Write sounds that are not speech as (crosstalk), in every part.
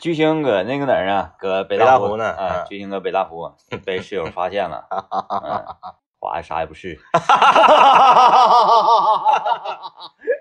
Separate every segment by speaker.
Speaker 1: 巨星搁那个哪儿啊？搁北
Speaker 2: 北大
Speaker 1: 湖
Speaker 2: 湖呢
Speaker 1: 啊，
Speaker 2: 嗯
Speaker 1: 巨星搁北大
Speaker 2: (laughs)
Speaker 1: 湖被室友发现了，嗯，划啥也不
Speaker 2: (laughs)
Speaker 1: 是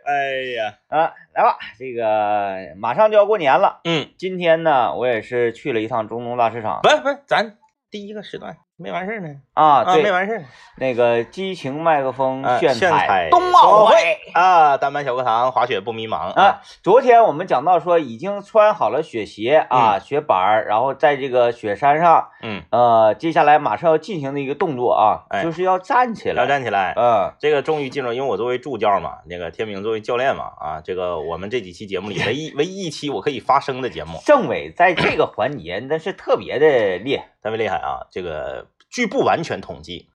Speaker 2: 哎呀，
Speaker 1: 啊。来吧，这个马上就要过年了，
Speaker 2: 嗯，
Speaker 1: 今天呢，我也是去了一趟中东大市场
Speaker 2: 不是不是，咱第一个时段没完事儿呢
Speaker 1: 啊，
Speaker 2: 啊，没
Speaker 1: 对，
Speaker 2: 完事儿呢。
Speaker 1: 那个激情麦克风
Speaker 2: 啊
Speaker 1: 炫
Speaker 2: 炫彩
Speaker 1: 冬奥会。
Speaker 2: 啊，单板小课堂，滑雪不迷茫
Speaker 1: 啊，，昨天我们讲到说，已经穿好了雪鞋啊、雪板儿，然后在这个雪山上，
Speaker 2: 嗯，
Speaker 1: 呃，接下来马上要进行的一个动作啊，
Speaker 2: 哎
Speaker 1: 就是要站起
Speaker 2: 要
Speaker 1: 来。
Speaker 2: 站起来。
Speaker 1: 嗯，
Speaker 2: 这个终于进入，因为我作为助教嘛，那个天明作为教练嘛，啊，这个我们这几期节 (laughs) 目里唯一唯一一期我可以发声的节目，
Speaker 1: 政委在这个环节那是特别的厉害。
Speaker 2: 特别厉害啊！这个据不完全统计，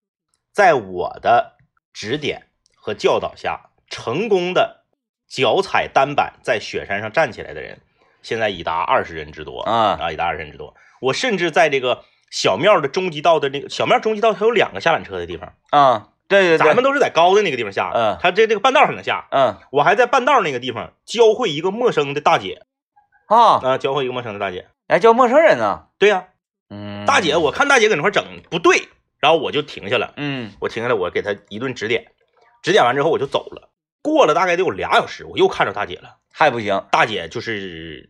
Speaker 2: 在我的指点和教导下，成功的脚踩单板在雪山上站起来的人，现在已达二十人之多
Speaker 1: 啊
Speaker 2: 啊，已达二十人之多。我甚至在这个小庙的中级道的那个小庙中级道，它有两个下缆车的地方，
Speaker 1: 嗯，对对对，
Speaker 2: 啊咱们都是在高的那个地方下的
Speaker 1: 嗯，
Speaker 2: 它这这个半道上能下。
Speaker 1: 嗯
Speaker 2: 我还在半道那个地方教会一个陌生的大姐
Speaker 1: 啊，
Speaker 2: 啊，教会一个陌生的大姐。
Speaker 1: 还叫陌生人呢。
Speaker 2: 对呀、
Speaker 1: 嗯，
Speaker 2: 大姐，，我看大姐搁那块整不对，然后我就停下了，
Speaker 1: 嗯
Speaker 2: 我停下来，我给她一顿指点，指点完之后我就走了。过了大概得有俩小时，我又看着大姐了，
Speaker 1: 还不行。
Speaker 2: 大姐就是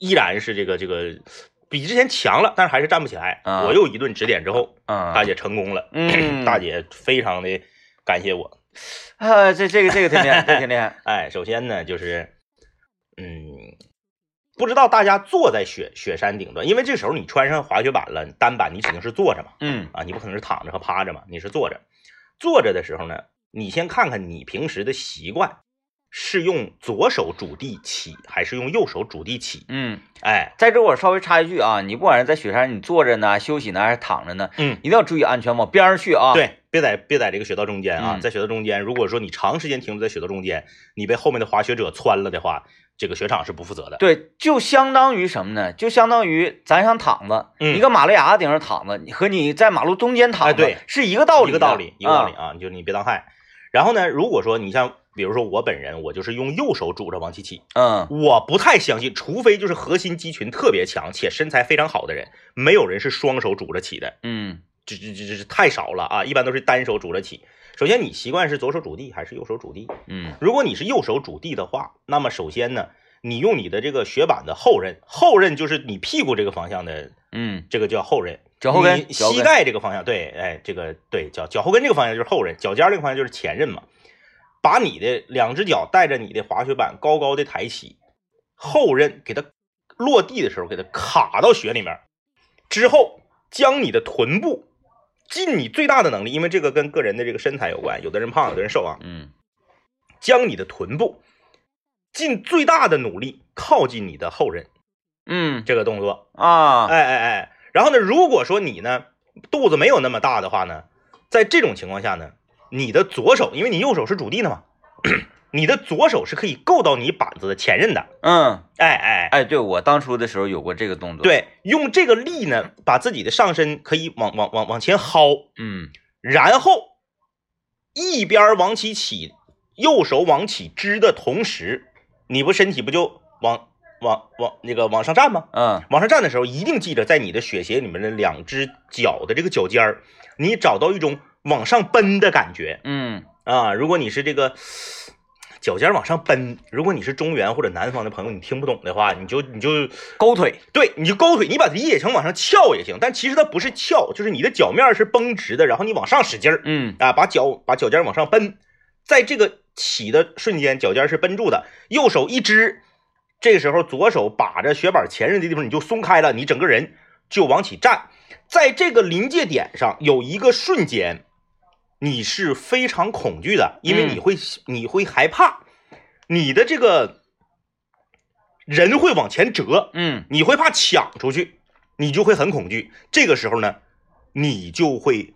Speaker 2: 依然是这个这个比之前强了，但是还是站不起来。
Speaker 1: 啊
Speaker 2: 我又一顿指点之后，
Speaker 1: 嗯，
Speaker 2: 大姐成功了，
Speaker 1: 嗯，
Speaker 2: (clears throat) 大姐非常的感谢我。
Speaker 1: 啊，这这个这个挺厉害，这个挺厉害。
Speaker 2: 哎，首先呢，就是，嗯，不知道大家坐在雪雪山顶端，因为这时候你穿上滑雪板了，单板你指定是坐着嘛，
Speaker 1: 嗯
Speaker 2: 啊，你不可能是躺着和趴着嘛，你是坐着。坐着的时候呢，你先看看你平时的习惯是用左手主地起还是用右手主地起？
Speaker 1: 嗯，
Speaker 2: 哎，
Speaker 1: 在这我稍微插一句啊，你不管是在雪山你坐着呢、休息呢，还是躺着呢，
Speaker 2: 嗯，
Speaker 1: 一定要注意安全，往边上去啊。，
Speaker 2: 对，别在别在这个雪道中间啊，
Speaker 1: 嗯
Speaker 2: 在雪道中间，如果说你长时间停留在雪道中间，你被后面的滑雪者穿了的话，这个雪场是不负责的。
Speaker 1: 对，就相当于什么呢？就相当于咱想躺着，
Speaker 2: 嗯
Speaker 1: 一个马路牙子顶上躺着，你和你在马路中间躺着，
Speaker 2: 哎对
Speaker 1: 是一个道理的，
Speaker 2: 一个道理，一个道理
Speaker 1: 啊。
Speaker 2: 啊，你就你别当害。然后呢，如果说你像比如说我本人，我就是用右手拄着王七七，
Speaker 1: 嗯
Speaker 2: 我不太相信，除非就是核心肌群特别强且身材非常好的人，没有人是双手拄着起的，
Speaker 1: 嗯
Speaker 2: 这这这这太少了啊，一般都是单手拄着起。首先，你习惯是左手拄地还是右手拄地？
Speaker 1: 嗯
Speaker 2: 如果你是右手拄地的话，那么首先呢，你用你的这个雪板的后刃，后刃就是你屁股这个方向的，
Speaker 1: 嗯，
Speaker 2: 这个叫后刃，
Speaker 1: 脚后跟
Speaker 2: 你，
Speaker 1: 脚后
Speaker 2: 膝
Speaker 1: 跟，
Speaker 2: 盖这个方向，对，哎，这个对脚脚后跟这个方向就是后刃，脚尖儿这个方向就是前刃嘛。把你的两只脚带着你的滑雪板高高的抬起，后刃给它落地的时候给它卡到雪里面，之后将你的臀部尽你最大的能力，因为这个跟个人的这个身材有关，有的人胖，有的人瘦啊，
Speaker 1: 嗯
Speaker 2: 将你的臀部尽最大的努力靠近你的后刃，
Speaker 1: 嗯
Speaker 2: 这个动作
Speaker 1: 啊，
Speaker 2: 哎哎哎，然后呢，如果说你呢肚子没有那么大的话呢，在这种情况下呢，你的左手，因为你右手是主力的嘛， (clears throat) 你的左手是可以够到你板子的前刃的。
Speaker 1: 嗯，
Speaker 2: 哎哎，哎
Speaker 1: 哎，对我当初的时候有过这个动作，，
Speaker 2: 对，用这个力呢，把自己的上身可以往往往往前薅，
Speaker 1: 嗯
Speaker 2: 然后一边往起起，右手往起支的同时，你不身体不就往往往那个往上站吗？
Speaker 1: 嗯
Speaker 2: 往上站的时候，一定记着在你的雪鞋里面的两只脚的这个脚尖儿，你找到一种往上奔的感觉
Speaker 1: 嗯
Speaker 2: 啊！如果你是这个脚尖儿往上奔，如果你是中原或者南方的朋友，你听不懂的话，你就你就
Speaker 1: 勾腿，
Speaker 2: 对，你就勾腿，你把它理解成往上翘也行，但其实它不是翘，就是你的脚面儿是绷直的，然后你往上使劲儿
Speaker 1: 嗯
Speaker 2: 啊，把脚把脚尖儿往上奔，在这个起的瞬间，脚尖儿是奔住的，右手一支，这个时候左手把着雪板前刃的地方你就松开了，你整个人就往起站，在这个临界点上有一个瞬间，你是非常恐惧的，因为你会、你会害怕，你的这个人会往前折，
Speaker 1: 嗯
Speaker 2: 你会怕抢出去，你就会很恐惧。这个时候呢，你就会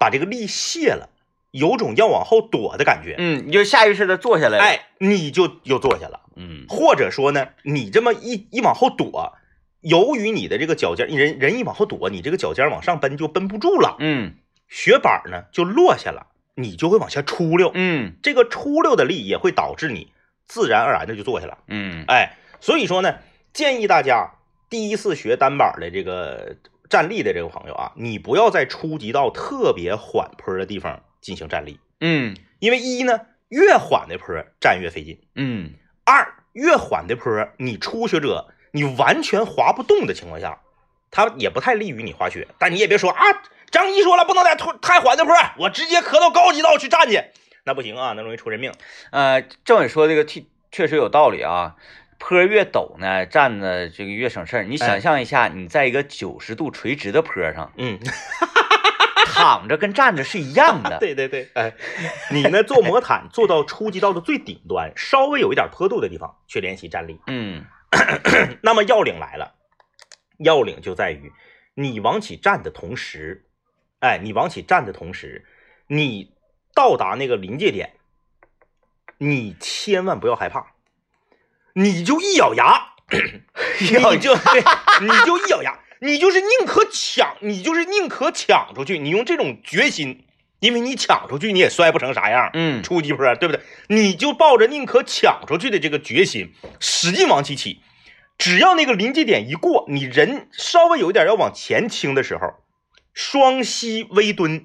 Speaker 2: 把这个力卸了，有种要往后躲的感觉。
Speaker 1: 嗯，你就下意识的坐下来了，，
Speaker 2: 哎，你就又坐下了，
Speaker 1: 嗯
Speaker 2: 或者说呢，你这么一一往后躲，由于你的这个脚尖，人人一往后躲，你这个脚尖往上奔就奔不住了，
Speaker 1: 嗯
Speaker 2: 雪板呢就落下了，你就会往下出溜。
Speaker 1: 嗯
Speaker 2: 这个出溜的力也会导致你自然而然的就坐下了。
Speaker 1: 嗯
Speaker 2: 哎，所以说呢，建议大家第一次学单板的这个站立的这个朋友啊，你不要在初级到特别缓坡的地方进行站立，
Speaker 1: 嗯
Speaker 2: 因为一呢，越缓的坡站越费劲；
Speaker 1: 嗯
Speaker 2: 二，越缓的坡，你初学者你完全滑不动的情况下，它也不太利于你滑雪。但你也别说啊，张一说了不能在突太缓的坡，我直接磕到高级道去站去，那不行啊，那容易出人命。
Speaker 1: 呃，政委说这个确确实有道理啊。坡越陡呢，站的这个越省事儿。你
Speaker 2: 哎
Speaker 1: 想象一下，你在一个九十度垂直的坡上，
Speaker 2: 嗯，
Speaker 1: 躺着跟站着是一样的。
Speaker 2: (laughs) 对对对，哎，你呢做魔毯做到初级道的最顶端，稍微有一点坡度的地方去练习站立。
Speaker 1: 嗯
Speaker 2: 那么要领来了，要领就在于你往起站的同时，哎，你往起站的同时，你到达那个临界点，你千万不要害怕，你就一咬牙，你就 (laughs) 你就一咬牙，你就是宁可抢，你就是宁可抢出去，你用这种决心，因为你抢出去你也摔不成啥样，
Speaker 1: 嗯
Speaker 2: 初级坡，对不对？你就抱着宁可抢出去的这个决心，使劲往起起。只要那个临界点一过，你人稍微有一点要往前倾的时候，双膝微蹲，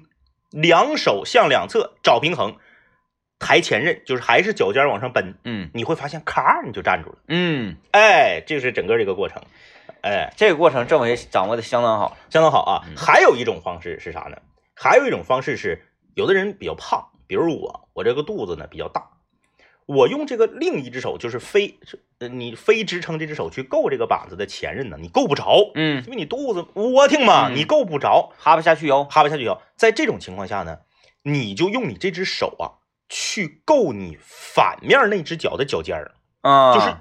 Speaker 2: 两手向两侧找平衡，抬前刃，就是还是脚尖往上奔，
Speaker 1: 嗯
Speaker 2: 你会发现咔你就站住了。
Speaker 1: 嗯，
Speaker 2: 哎，这是整个这个过程，哎，
Speaker 1: 这个过程政委掌握的相当好。
Speaker 2: 相当好啊
Speaker 1: 嗯。
Speaker 2: 还有一种方式是啥呢？还有一种方式是，有的人比较胖，比如我，我这个肚子呢比较大，我用这个另一只手，就是非，是呃你非支撑这只手去够这个板子的前刃呢，你够不着，
Speaker 1: 嗯，
Speaker 2: 因为你肚子窝挺嘛，
Speaker 1: 嗯
Speaker 2: 你够不着，
Speaker 1: 哈不下去腰。
Speaker 2: 哈巴下去腰。在这种情况下呢，你就用你这只手啊，去够你反面那只脚的脚尖儿。
Speaker 1: 啊，
Speaker 2: 就是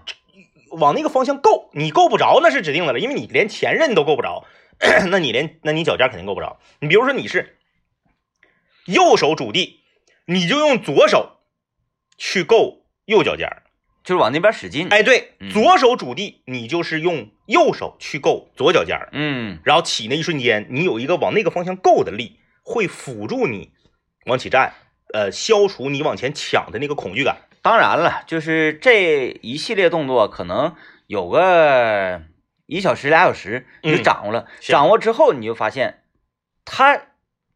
Speaker 2: 往那个方向够，你够不着那是指定的了，因为你连前任都够不着， (clears throat) 那你连那你脚尖肯定够不着。你比如说你是右手主地，你就用左手去够右脚尖儿。
Speaker 1: 就是往那边使劲。
Speaker 2: 哎，对
Speaker 1: 嗯，
Speaker 2: 左手主地，你就是用右手去够左脚尖儿，
Speaker 1: 嗯
Speaker 2: 然后起那一瞬间，你有一个往那个方向够的力，会辅助你往起站，呃，消除你往前抢的那个恐惧感。
Speaker 1: 当然了，就是这一系列动作可能有个一小时、俩小时，你就
Speaker 2: 嗯
Speaker 1: 掌握了。
Speaker 2: 是
Speaker 1: 掌握之后，你就发现它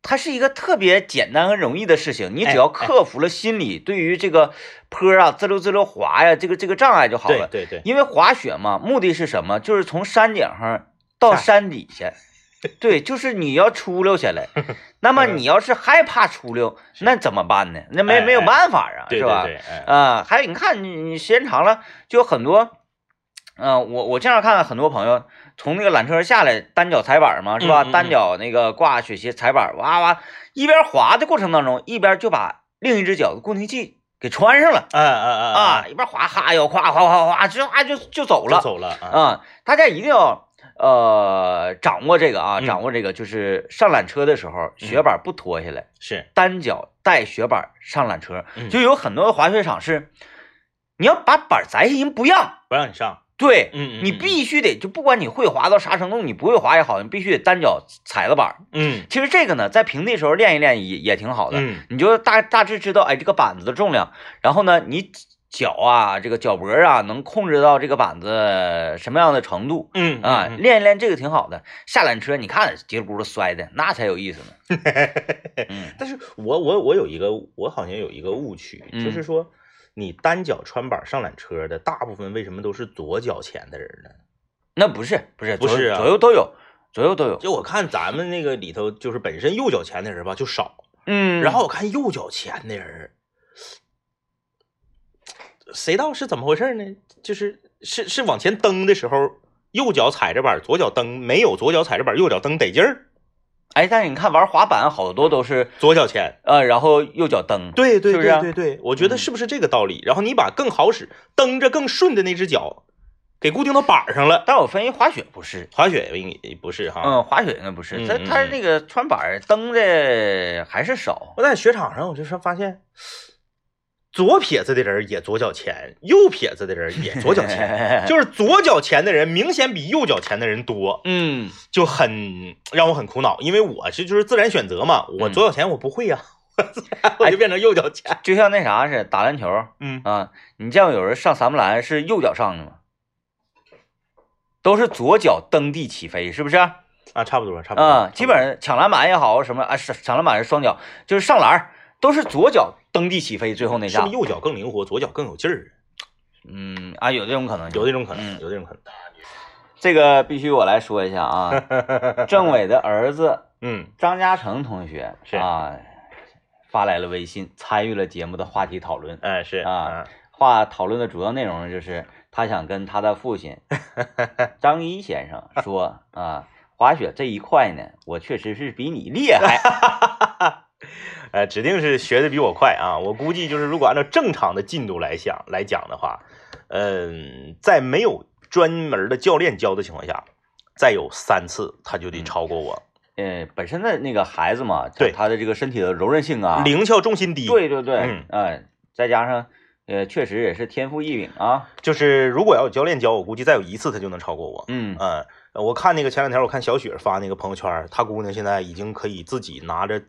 Speaker 1: 它是一个特别简单和容易的事情。你只
Speaker 2: 哎
Speaker 1: 要
Speaker 2: 哎
Speaker 1: 克服了心理对于这个坡啊、滋溜滋溜滑呀、这个这个障碍就好
Speaker 2: 对
Speaker 1: 了。
Speaker 2: 对对，
Speaker 1: 因为滑雪嘛，目的是什么？就是从山顶上到
Speaker 2: 下
Speaker 1: 山底
Speaker 2: (laughs)
Speaker 1: 下。对，就是你要出溜下来，那么你要是害怕出溜，那怎么办呢？那没
Speaker 2: 嗯哎
Speaker 1: 没有
Speaker 2: 哎
Speaker 1: 办法啊，
Speaker 2: 对
Speaker 1: 是
Speaker 2: 对
Speaker 1: 吧？
Speaker 2: 对，哎
Speaker 1: 啊，还有你看你你时间长了，就有很多，嗯、我我经常看到很多朋友从那个缆车上下来，单脚踩板嘛，是吧？
Speaker 2: 嗯嗯嗯
Speaker 1: 单脚那个挂雪鞋踩板，哇哇，一边滑的过程当中，一边就把另一只脚的固定器给穿上了
Speaker 2: 哎哎哎哎
Speaker 1: 啊，一边滑哈腰胯，哗哗哗，就啊就就走
Speaker 2: 就
Speaker 1: 了
Speaker 2: 走了啊。
Speaker 1: 啊、大家一定要呃掌握这个啊，
Speaker 2: 嗯
Speaker 1: 掌握这个就是上缆车的时候，雪板不脱下来。
Speaker 2: 是，
Speaker 1: 单脚带雪板上缆车，
Speaker 2: 嗯
Speaker 1: 就有很多滑雪场是，你要把板摘下，人不让，
Speaker 2: 不让你上。
Speaker 1: 对，
Speaker 2: 嗯
Speaker 1: 你必须得就不管你会滑到啥程度，你不会滑也好，你必须得单脚踩着板儿。
Speaker 2: 嗯
Speaker 1: 其实这个呢，在平地时候练一练也也挺好的，
Speaker 2: 嗯
Speaker 1: 你就大大致知道哎这个板子的重量，然后呢你脚啊这个脚脖啊能控制到这个板子什么样的程度。
Speaker 2: 嗯
Speaker 1: 啊，
Speaker 2: 嗯
Speaker 1: 练一练这个挺好的。下缆车，你看叽里咕噜摔的，那才有意思呢。
Speaker 2: (laughs)
Speaker 1: 嗯
Speaker 2: 但是我我我有一个，我好像有一个误区，
Speaker 1: 嗯
Speaker 2: 就是说你单脚穿板上缆车的，大部分为什么都是左脚前的人呢？
Speaker 1: 那不是不是
Speaker 2: 不
Speaker 1: 左
Speaker 2: 是
Speaker 1: 右
Speaker 2: 啊
Speaker 1: 左右都有，左右都有。
Speaker 2: 就我看咱们那个里头，就是本身右脚前的人吧就少，
Speaker 1: 嗯，
Speaker 2: 然后我看右脚前的人，谁道是怎么回事呢？就是是是往前蹬的时候，右脚踩着板，左脚蹬，没有左脚踩着板，右脚蹬得劲儿，
Speaker 1: 哎，但是你看玩滑板好多都是
Speaker 2: 左脚前。
Speaker 1: 呃，然后右脚蹬，
Speaker 2: 对对
Speaker 1: 是不是
Speaker 2: 对
Speaker 1: 啊
Speaker 2: 对对，我觉得是不是这个道理？然后你把更好使、蹬着更顺的那只脚给固定到板儿上了。
Speaker 1: 但我分析滑雪不是，
Speaker 2: 滑雪应也不是哈，
Speaker 1: 嗯，滑雪那不是，
Speaker 2: 啊嗯
Speaker 1: 它
Speaker 2: 嗯
Speaker 1: 它
Speaker 2: 嗯
Speaker 1: 那个穿板儿蹬的还是少。
Speaker 2: 我在雪场上我就是发现，左撇子的人也左脚前，右撇子的人也左脚
Speaker 1: (laughs)
Speaker 2: 前，就是左脚前的人明显比右脚前的人多，
Speaker 1: 嗯
Speaker 2: 就很让我很苦恼，因为我是就是自然选择嘛，
Speaker 1: 嗯
Speaker 2: 我
Speaker 1: 哎
Speaker 2: 左脚前我不会呀、我就变成右脚前，
Speaker 1: 就像那啥似的，打篮球
Speaker 2: 嗯，
Speaker 1: 啊，你见过有人上三步篮是右脚上的吗？都是左脚蹬地起飞，是不是？啊、
Speaker 2: 啊，差不多，差不多。
Speaker 1: 嗯，基本上抢篮板也好，什么啊，是抢篮板是双脚，就是上篮儿都是左脚蹬地起飞，最后那
Speaker 2: 是
Speaker 1: 下
Speaker 2: 不是，右脚更灵活，左脚更有劲儿？啊
Speaker 1: 嗯啊，有这种可能性，
Speaker 2: 有这种可能，
Speaker 1: 嗯
Speaker 2: 有这种可能。
Speaker 1: 这个必须我来说一下
Speaker 2: (laughs)
Speaker 1: 啊，政委的儿子
Speaker 2: 嗯，
Speaker 1: 张嘉诚同学
Speaker 2: 是
Speaker 1: 啊，发来了微信，参与了节目的话题讨论。
Speaker 2: 哎，是
Speaker 1: 啊，话讨论的主要内容就是他想跟他的父
Speaker 2: (laughs)
Speaker 1: 亲张一先生说啊，滑雪这一块呢，我确实是比你厉害。
Speaker 2: 呃，指定是学的比我快啊！我估计就是，如果按照正常的进度来想来讲的话，嗯，在没有专门的教练教的情况下，再有三次他就
Speaker 1: 嗯
Speaker 2: 得超过我。
Speaker 1: 呃，本身的那个孩子嘛，他
Speaker 2: 对
Speaker 1: 他的这个身体的柔韧性啊，
Speaker 2: 灵巧重心低，，
Speaker 1: 对对对，
Speaker 2: 嗯
Speaker 1: 哎再加上呃，确实也是天赋异禀啊，
Speaker 2: 就是如果要有教练教，我估计再有一次他就能超过我。
Speaker 1: 嗯
Speaker 2: 嗯，我看那个前两天我看小雪发那个朋友圈，她姑娘现在已经可以自己拿着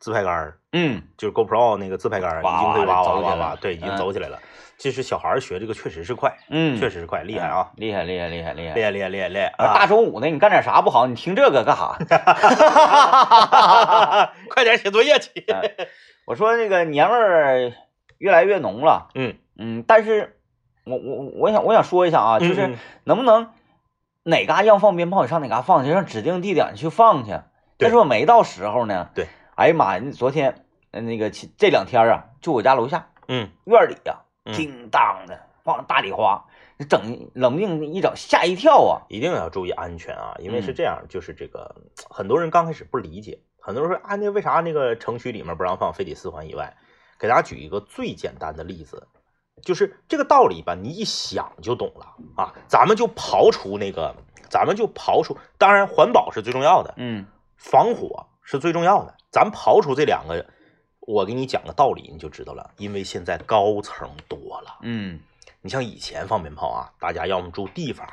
Speaker 2: 自拍杆儿，
Speaker 1: 嗯，
Speaker 2: 就是 GoPro 那个自拍杆儿，
Speaker 1: 哇
Speaker 2: 已经可以哇哇
Speaker 1: 走起
Speaker 2: 哇
Speaker 1: 来
Speaker 2: 哇，
Speaker 1: 了
Speaker 2: 对，已经
Speaker 1: 嗯
Speaker 2: 走起来了。这是小孩儿学这个确实是快，
Speaker 1: 嗯，
Speaker 2: 确实是快，厉害啊！
Speaker 1: 嗯，厉害厉害厉害厉害
Speaker 2: 厉。害厉害厉害厉 (laughs) 害
Speaker 1: 啊
Speaker 2: 啊！
Speaker 1: 大中午的，你干点啥不好？你听这个干
Speaker 2: (laughs)
Speaker 1: 啥？
Speaker 2: 快点写作业去。
Speaker 1: 我说那个年味儿越来越浓了，
Speaker 2: 嗯
Speaker 1: 嗯，但是我我我想我想说一下啊，
Speaker 2: 嗯
Speaker 1: 就是
Speaker 2: 嗯
Speaker 1: 能不能哪嘎要放鞭炮你上哪嘎放去，让指定地点去放去。但是我没到时候呢。
Speaker 2: 对，
Speaker 1: 哎呀妈呀，你昨天呃那个其这两天啊，就我家楼下
Speaker 2: 嗯，
Speaker 1: 院儿里啊，
Speaker 2: 嗯
Speaker 1: 叮当的放大礼花，整冷不丁一整吓一跳啊。
Speaker 2: 一定要注意安全啊，因为是
Speaker 1: 嗯
Speaker 2: 这样，就是这个很多人刚开始不理解，很多人说啊，那为啥那个城区里面不让放，非得四环以外？给大家举一个最简单的例子，就是这个道理吧，你一想就懂了啊。咱们就刨除那个，咱们就刨除，当然环保是最重要的，
Speaker 1: 嗯
Speaker 2: 防火是最重要的。咱刨除这两个，我给你讲个道理，你就知道了。因为现在高层多了，
Speaker 1: 嗯
Speaker 2: 你像以前放鞭炮啊，大家要么住地方，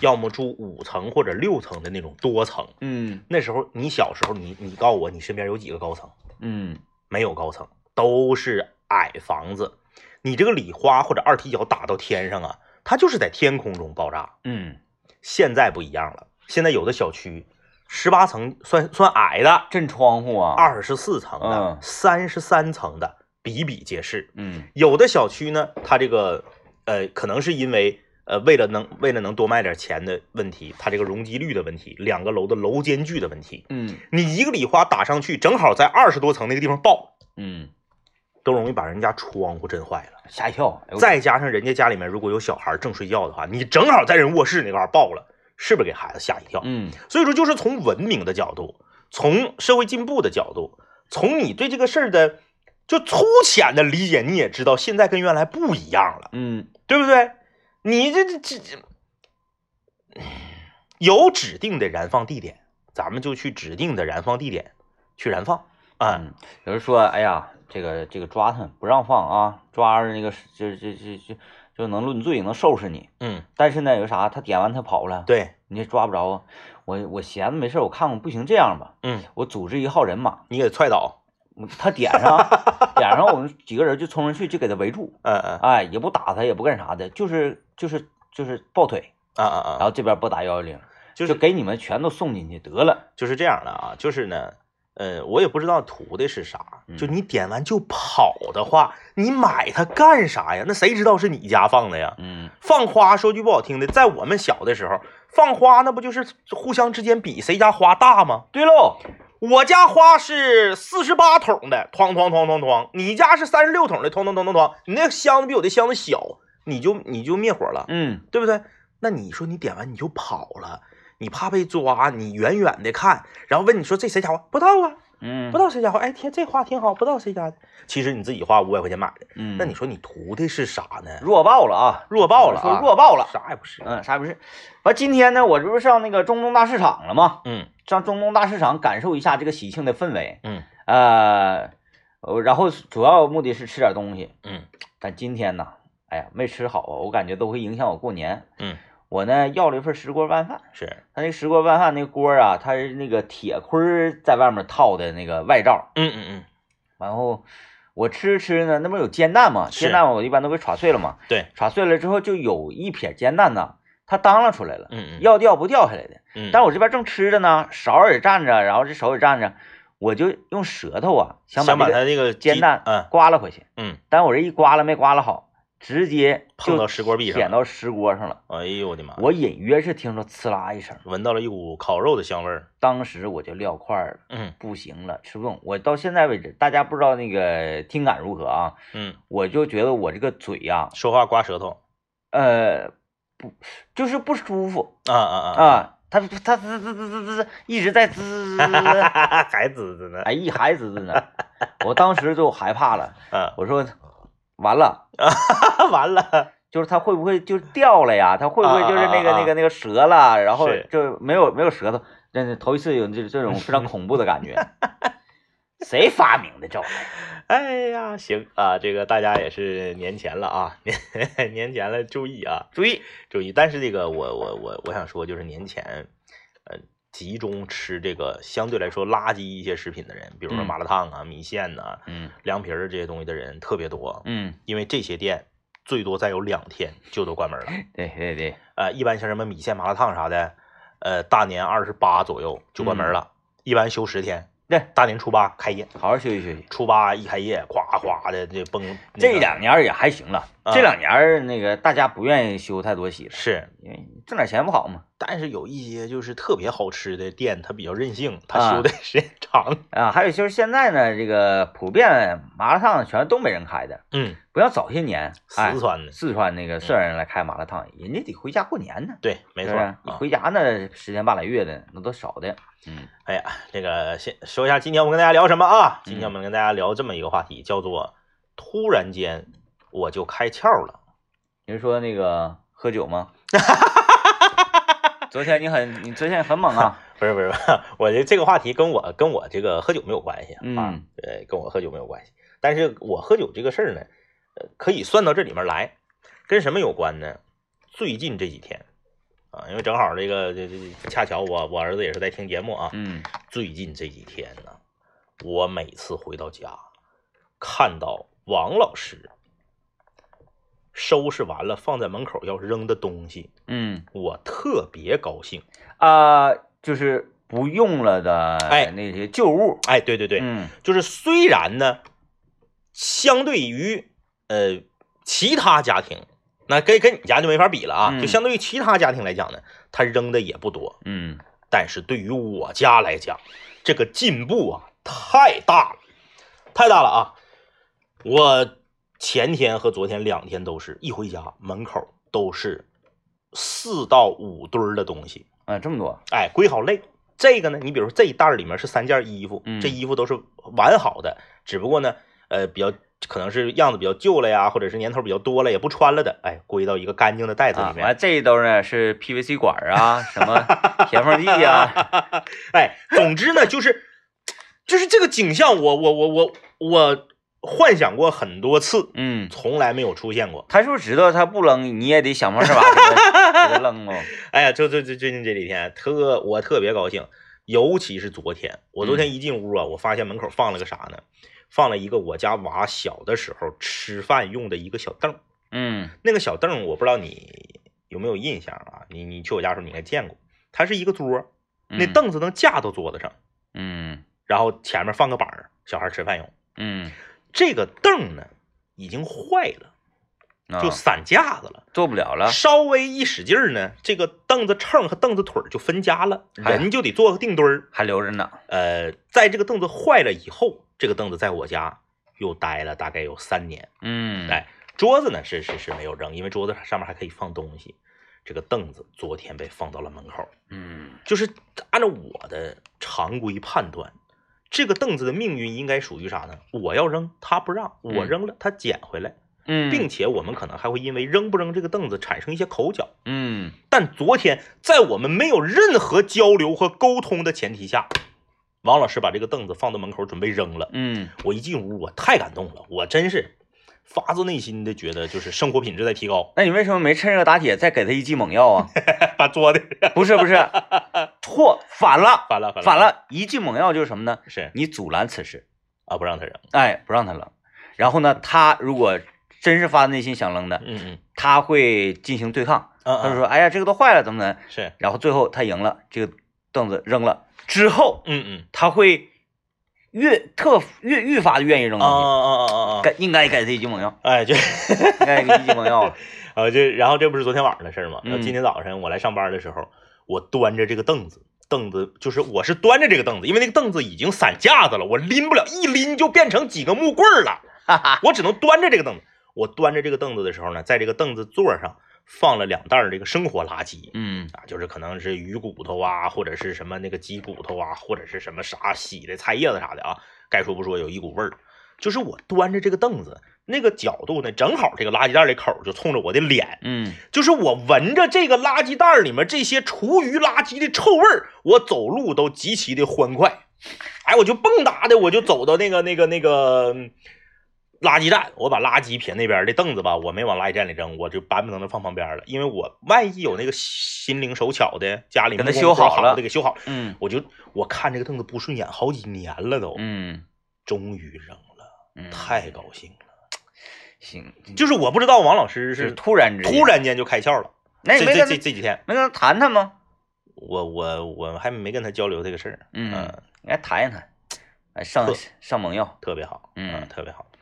Speaker 2: 要么住五层或者六层的那种多层。
Speaker 1: 嗯
Speaker 2: 那时候你小时候你，你告诉我，你身边有几个高层？
Speaker 1: 嗯
Speaker 2: 没有高层，都是矮房子。你这个礼花或者二踢脚打到天上啊，它就是在天空中爆炸。
Speaker 1: 嗯，
Speaker 2: 现在不一样了，现在有的小区十八层算算矮的，
Speaker 1: 震窗户啊。
Speaker 2: 二十四层的
Speaker 1: 嗯、
Speaker 2: 三十三层的比比皆是。
Speaker 1: 嗯
Speaker 2: 有的小区呢，它这个呃，可能是因为呃，为了能为了能多卖点钱的问题，它这个容积率的问题，两个楼的楼间距的问题，
Speaker 1: 嗯
Speaker 2: 你一个礼花打上去，正好在二十多层那个地方爆，
Speaker 1: 嗯，
Speaker 2: 都容易把人家窗户震坏了。
Speaker 1: 吓一跳。哎呦
Speaker 2: 再加上人家家里面如果有小孩正睡觉的话，你正好在人卧室那块儿爆了，是不是给孩子吓一跳？
Speaker 1: 嗯
Speaker 2: 所以说，就是从文明的角度，从社会进步的角度，从你对这个事儿的就粗浅的理解，你也知道现在跟原来不一样了，
Speaker 1: 嗯
Speaker 2: 对不对？你这这这这有指定的燃放地点，咱们就去指定的燃放地点去燃放啊。
Speaker 1: 嗯，有人说，哎呀，这个这个抓他不让放啊，抓着那个就就就就就能论罪，能收拾你。
Speaker 2: 嗯，
Speaker 1: 但是呢，有啥？他点完他跑了，
Speaker 2: 对，
Speaker 1: 你也抓不着啊。我我闲着没事儿，我看看不行，这样吧，
Speaker 2: 嗯，
Speaker 1: 我组织一号人马，
Speaker 2: 你给踹倒，
Speaker 1: 我他点上点上，我们几个人就冲上去，就给他围住，
Speaker 2: 嗯嗯
Speaker 1: 哎，也不打他，也不干啥的，就是就是就是抱腿，
Speaker 2: 啊啊
Speaker 1: 然
Speaker 2: 啊，
Speaker 1: 后这边拨打幺幺零，
Speaker 2: 就
Speaker 1: 就是给你们全都送进去得了。
Speaker 2: 就是这样的啊，就是呢，呃，我也不知道图的是啥，
Speaker 1: 嗯
Speaker 2: 就你点完就跑的话，你买它干啥呀？那谁知道是你家放的呀？
Speaker 1: 嗯
Speaker 2: 放花，说句不好听的，在我们小的时候，放花那不就是互相之间比谁家花大吗？
Speaker 1: 对喽，
Speaker 2: 我家花是四十八桶的，哐哐哐哐哐，你家是三十六桶的，哐哐哐哐哐，你那箱子比我的箱子小，你就你就灭火了。
Speaker 1: 嗯
Speaker 2: 对不对？那你说你点完你就跑了，你怕被抓，你远远的看，然后问你说这谁家花？不知道啊，
Speaker 1: 嗯，
Speaker 2: 不知道谁家花。哎，天，这花挺好，不知道谁家的。其实你自己花五百块钱买的，
Speaker 1: 嗯，
Speaker 2: 那你说你图的是啥呢？
Speaker 1: 弱爆了啊！
Speaker 2: 弱爆了啊，
Speaker 1: 说弱爆了。
Speaker 2: 啥也不是。
Speaker 1: 嗯，啥也不是。完，今天呢，我这不是上那个中东大市场了吗？
Speaker 2: 嗯
Speaker 1: 上中东大市场感受一下这个喜庆的氛围。
Speaker 2: 嗯
Speaker 1: 呃，我然后主要目的是吃点东西。
Speaker 2: 嗯
Speaker 1: 但今天呢，哎呀，没吃好啊，我感觉都会影响我过年。
Speaker 2: 嗯，
Speaker 1: 我呢要了一份石锅拌饭，
Speaker 2: 是，
Speaker 1: 他那石锅拌饭那锅啊，它是那个铁盔在外面套的那个外罩，
Speaker 2: 嗯嗯
Speaker 1: 然后我吃着吃着呢，那不是有煎蛋吗？
Speaker 2: 是
Speaker 1: 煎蛋我一般都给炒碎了嘛。
Speaker 2: 对，
Speaker 1: 炒碎了之后就有一撇煎蛋呢，它当啷出来了，
Speaker 2: 嗯嗯，
Speaker 1: 要掉不掉下来的。
Speaker 2: 嗯，
Speaker 1: 但我这边正吃着呢，勺儿也蘸着，然后这手也蘸着，我就用舌头啊想
Speaker 2: 想
Speaker 1: 把
Speaker 2: 把
Speaker 1: 这
Speaker 2: 它
Speaker 1: 个
Speaker 2: 那个
Speaker 1: 煎
Speaker 2: 鸡
Speaker 1: 蛋
Speaker 2: 嗯
Speaker 1: 刮拉回去，
Speaker 2: 嗯，
Speaker 1: 但我这一刮拉没刮拉好，直接
Speaker 2: 碰到
Speaker 1: 就
Speaker 2: 石锅壁
Speaker 1: 舔
Speaker 2: 上了，
Speaker 1: 到石锅上了。
Speaker 2: 哎呦我的妈，
Speaker 1: 我隐约是听着呲啦一声，
Speaker 2: 闻到了一股烤肉的香味儿，
Speaker 1: 当时我就撂块儿了，
Speaker 2: 嗯
Speaker 1: 不行了，吃不动。我到现在为止，大家不知道那个听感如何啊，
Speaker 2: 嗯，
Speaker 1: 我就觉得我这个嘴呀、
Speaker 2: 说话刮舌头，
Speaker 1: 呃，不，就是不舒服
Speaker 2: 啊啊 (laughs)
Speaker 1: 啊，它它它滋滋滋滋滋一直在滋滋滋滋滋。
Speaker 2: 啊，还滋滋呢，
Speaker 1: 哎，一孩子呢，我当时就害怕了，
Speaker 2: 啊， (laughs)
Speaker 1: 我说完了，
Speaker 2: 完了，
Speaker 1: 就是他会不会就掉了呀？他会不会就是那个
Speaker 2: 啊啊啊啊
Speaker 1: 那个那个折了，然后
Speaker 2: 是
Speaker 1: 就没有没有舌头？真的头一次有这这种非常恐怖的感
Speaker 2: (laughs)
Speaker 1: 觉。谁发明的这玩意儿？
Speaker 2: 哎呀，行啊，这个大家也是年前了啊， (laughs) 年年前了，注意啊，
Speaker 1: 注意，
Speaker 2: 注意，但是这个我我我我想说，就是年前，呃，集中吃这个相对来说垃圾一些食品的人，比如说
Speaker 1: 嗯
Speaker 2: 麻辣烫啊、米线呐、
Speaker 1: 嗯
Speaker 2: 凉皮儿这些东西的人特别多，
Speaker 1: 嗯，
Speaker 2: 因为这些店最多再有两天就都关门了。
Speaker 1: (laughs) 对对对，
Speaker 2: 呃，一般像什么米线、麻辣烫啥的，呃，大年二十八左右就关门了，一般休十天。
Speaker 1: 对
Speaker 2: 大年初八开业，
Speaker 1: 好好休息休息。
Speaker 2: 初八一开业，夸夸的这崩。那
Speaker 1: 这
Speaker 2: 个
Speaker 1: 两年儿也还行了，
Speaker 2: 啊
Speaker 1: 这两年儿那个大家不愿意休太多息了，
Speaker 2: 是，
Speaker 1: 因为挣点钱不好吗？
Speaker 2: 但是有一些就是特别好吃的店，它比较任性，它
Speaker 1: 啊
Speaker 2: 休的时间长。
Speaker 1: (laughs) 啊，还有就是现在呢，这个普遍麻辣烫全是东北人开的，
Speaker 2: 嗯，
Speaker 1: 不像早些年，哎
Speaker 2: 四川的，
Speaker 1: 四川那个四川人来开麻辣烫，人家得回家过年呢，
Speaker 2: 对，嗯没
Speaker 1: 是
Speaker 2: 错
Speaker 1: 不是
Speaker 2: 啊。
Speaker 1: 你回家那十天半拉月的那都少的，嗯
Speaker 2: 哎呀，这个先说一下，今天我们跟大家聊什么啊？今天我们跟大家聊这么一个话题，叫做“突然间我就开窍了
Speaker 1: 你是说那个喝酒
Speaker 2: (laughs)
Speaker 1: 吗？昨天你很，你昨天很
Speaker 2: (laughs)
Speaker 1: 猛啊，”。
Speaker 2: 不是不是，不是我这这个话题跟我跟我这个喝酒没有关系啊，
Speaker 1: 嗯
Speaker 2: 对，跟我喝酒没有关系。但是我喝酒这个事儿呢，呃，可以算到这里面来，跟什么有关呢？最近这几天啊，因为正好这个这这这恰巧我我儿子也是在听节目啊，
Speaker 1: 嗯，
Speaker 2: 最近这几天呢，我每次回到家，看到王老师收拾完了放在门口要扔的东西，
Speaker 1: 嗯
Speaker 2: 我特别高兴。
Speaker 1: 啊、就是不用了的，
Speaker 2: 哎
Speaker 1: 那些旧物，
Speaker 2: 哎，对对对，
Speaker 1: 嗯
Speaker 2: 就是虽然呢，相对于呃其他家庭，那跟跟你家就没法比了啊，
Speaker 1: 嗯
Speaker 2: 就相对于其他家庭来讲呢，他扔的也不多，
Speaker 1: 嗯，
Speaker 2: 但是对于我家来讲，这个进步啊太大了，太大了啊！我前天和昨天两天都是一回家门口都是四到五堆儿的东西，
Speaker 1: 啊，这么多，
Speaker 2: 哎，归好类。这个呢，你比如说这一袋儿里面是三件衣服，
Speaker 1: 嗯
Speaker 2: 这衣服都是完好的，只不过呢，呃，比较可能是样子比较旧了呀，或者是年头比较多了，也不穿了的，哎，归到一个干净的袋子
Speaker 1: 啊
Speaker 2: 里，面。
Speaker 1: 完这一兜呢是 PVC 管儿啊，什么填缝剂
Speaker 2: (laughs)
Speaker 1: 啊，
Speaker 2: (laughs) 哎，总之呢，就是就是这个景象我，我我我我幻想过很多次，
Speaker 1: 嗯，
Speaker 2: 从来没有出现过。
Speaker 1: 他是不是知道他不扔，你也得想方设法给
Speaker 2: (laughs)
Speaker 1: 他给他扔哦？
Speaker 2: 哎呀，就就就最近这几天，特我特别高兴，尤其是昨天，
Speaker 1: 嗯
Speaker 2: 我昨天一进屋啊，我发现门口放了个啥呢？放了一个我家娃小的时候吃饭用的一个小凳儿。
Speaker 1: 嗯
Speaker 2: 那个小凳儿，我不知道你有没有印象啊？你你去我家的时候你应该见过，它是一个桌儿，那
Speaker 1: 嗯
Speaker 2: 凳子能架到桌子上，
Speaker 1: 嗯
Speaker 2: 然后前面放个板儿，小孩儿吃饭用。
Speaker 1: 嗯，
Speaker 2: 这个凳呢已经坏了，
Speaker 1: 啊
Speaker 2: 就散架子了。
Speaker 1: 做不了了。
Speaker 2: 稍微一使劲儿呢，这个凳子秤和凳子腿儿就分家了，
Speaker 1: 哎呀
Speaker 2: 人就得做个定堆儿。
Speaker 1: 还留着呢，
Speaker 2: 呃，在这个凳子坏了以后，这个凳子在我家又待了大概有三年。
Speaker 1: 嗯，
Speaker 2: 哎，桌子呢是是是没有扔，因为桌子上面还可以放东西。这个凳子昨天被放到了门口，
Speaker 1: 嗯，
Speaker 2: 就是按照我的常规判断，这个凳子的命运应该属于啥呢？我要扔，他不让我
Speaker 1: 嗯
Speaker 2: 扔了，他捡回来。
Speaker 1: 嗯，
Speaker 2: 并且我们可能还会因为扔不扔这个凳子产生一些口角。
Speaker 1: 嗯，
Speaker 2: 但昨天在我们没有任何交流和沟通的前提下，王老师把这个凳子放到门口准备扔了。
Speaker 1: 嗯。
Speaker 2: 我一进屋，我太感动了，我真是发自内心的觉得就是生活品质在提高
Speaker 1: 那你为什么没趁热打铁再给他一剂猛药啊？
Speaker 2: (laughs) 把桌子
Speaker 1: 不是不是，错反了，
Speaker 2: (laughs) 反了反了
Speaker 1: 反了，一剂猛药就是什么呢？
Speaker 2: 是
Speaker 1: 你阻拦此事，
Speaker 2: 啊，不让他扔。
Speaker 1: 哎，不让他扔。然后呢，他如果真是发自内心想扔的，
Speaker 2: 嗯嗯，
Speaker 1: 他会进行对抗，
Speaker 2: 嗯
Speaker 1: 他就说，哎呀，这个都坏了，怎么怎么，
Speaker 2: 是，
Speaker 1: 然后最后他赢了，这个凳子扔了之后，
Speaker 2: 嗯嗯，
Speaker 1: 他会越特越愈发的愿意扔
Speaker 2: 啊
Speaker 1: 东西，
Speaker 2: 啊啊啊啊，
Speaker 1: 该应该给自己鸡猛药，
Speaker 2: 哎，就
Speaker 1: 应该给自己鸡猛药了，
Speaker 2: 呃，这然后这不是昨天晚上的事儿吗？然后
Speaker 1: 嗯
Speaker 2: 今天早晨我来上班的时候，我端着这个凳子，凳子就是我是端着这个凳子，因为那个凳子已经散架子了，我拎不了，一拎就变成几个木棍儿了，
Speaker 1: 哈哈，
Speaker 2: 我只能端着这个凳子。我端着这个凳子的时候呢，在这个凳子座上放了两袋儿这个生活垃圾。
Speaker 1: 嗯
Speaker 2: 啊，就是可能是鱼骨头啊，或者是什么那个鸡骨头啊，或者是什么啥洗的菜叶子啥的啊。该说不说，有一股味儿。就是我端着这个凳子，那个角度呢，正好这个垃圾袋的口儿就冲着我的脸，
Speaker 1: 嗯，
Speaker 2: 就是我闻着这个垃圾袋里面这些厨余垃圾的臭味儿，我走路都极其的欢快。哎，我就蹦哒的，我就走到那个那个那个嗯垃圾站，我把垃圾撇那边的凳子吧，我没往垃圾站里扔，我就板板凳的放旁边了，因为我万一有那个心灵手巧的家里
Speaker 1: 给它
Speaker 2: 木工
Speaker 1: 修
Speaker 2: 活
Speaker 1: 好
Speaker 2: 好
Speaker 1: 了
Speaker 2: 的给修好，
Speaker 1: 嗯
Speaker 2: 我就我看这个凳子不顺眼好几年了都，
Speaker 1: 嗯
Speaker 2: 终于扔了，
Speaker 1: 嗯，
Speaker 2: 太高兴了。
Speaker 1: 行，
Speaker 2: 就是我不知道王老师
Speaker 1: 是
Speaker 2: 是
Speaker 1: 突然之间
Speaker 2: 突，然间就开窍了，
Speaker 1: 那你
Speaker 2: 这
Speaker 1: 没
Speaker 2: 这
Speaker 1: 跟
Speaker 2: 这
Speaker 1: 他
Speaker 2: 这几天。
Speaker 1: 没跟他谈谈吗？
Speaker 2: 我我我还没跟他交流这个事儿，
Speaker 1: 嗯，应该谈一谈，哎，上
Speaker 2: 呃呵
Speaker 1: 上猛药，
Speaker 2: 特别好，呃
Speaker 1: 嗯
Speaker 2: 特别好。呃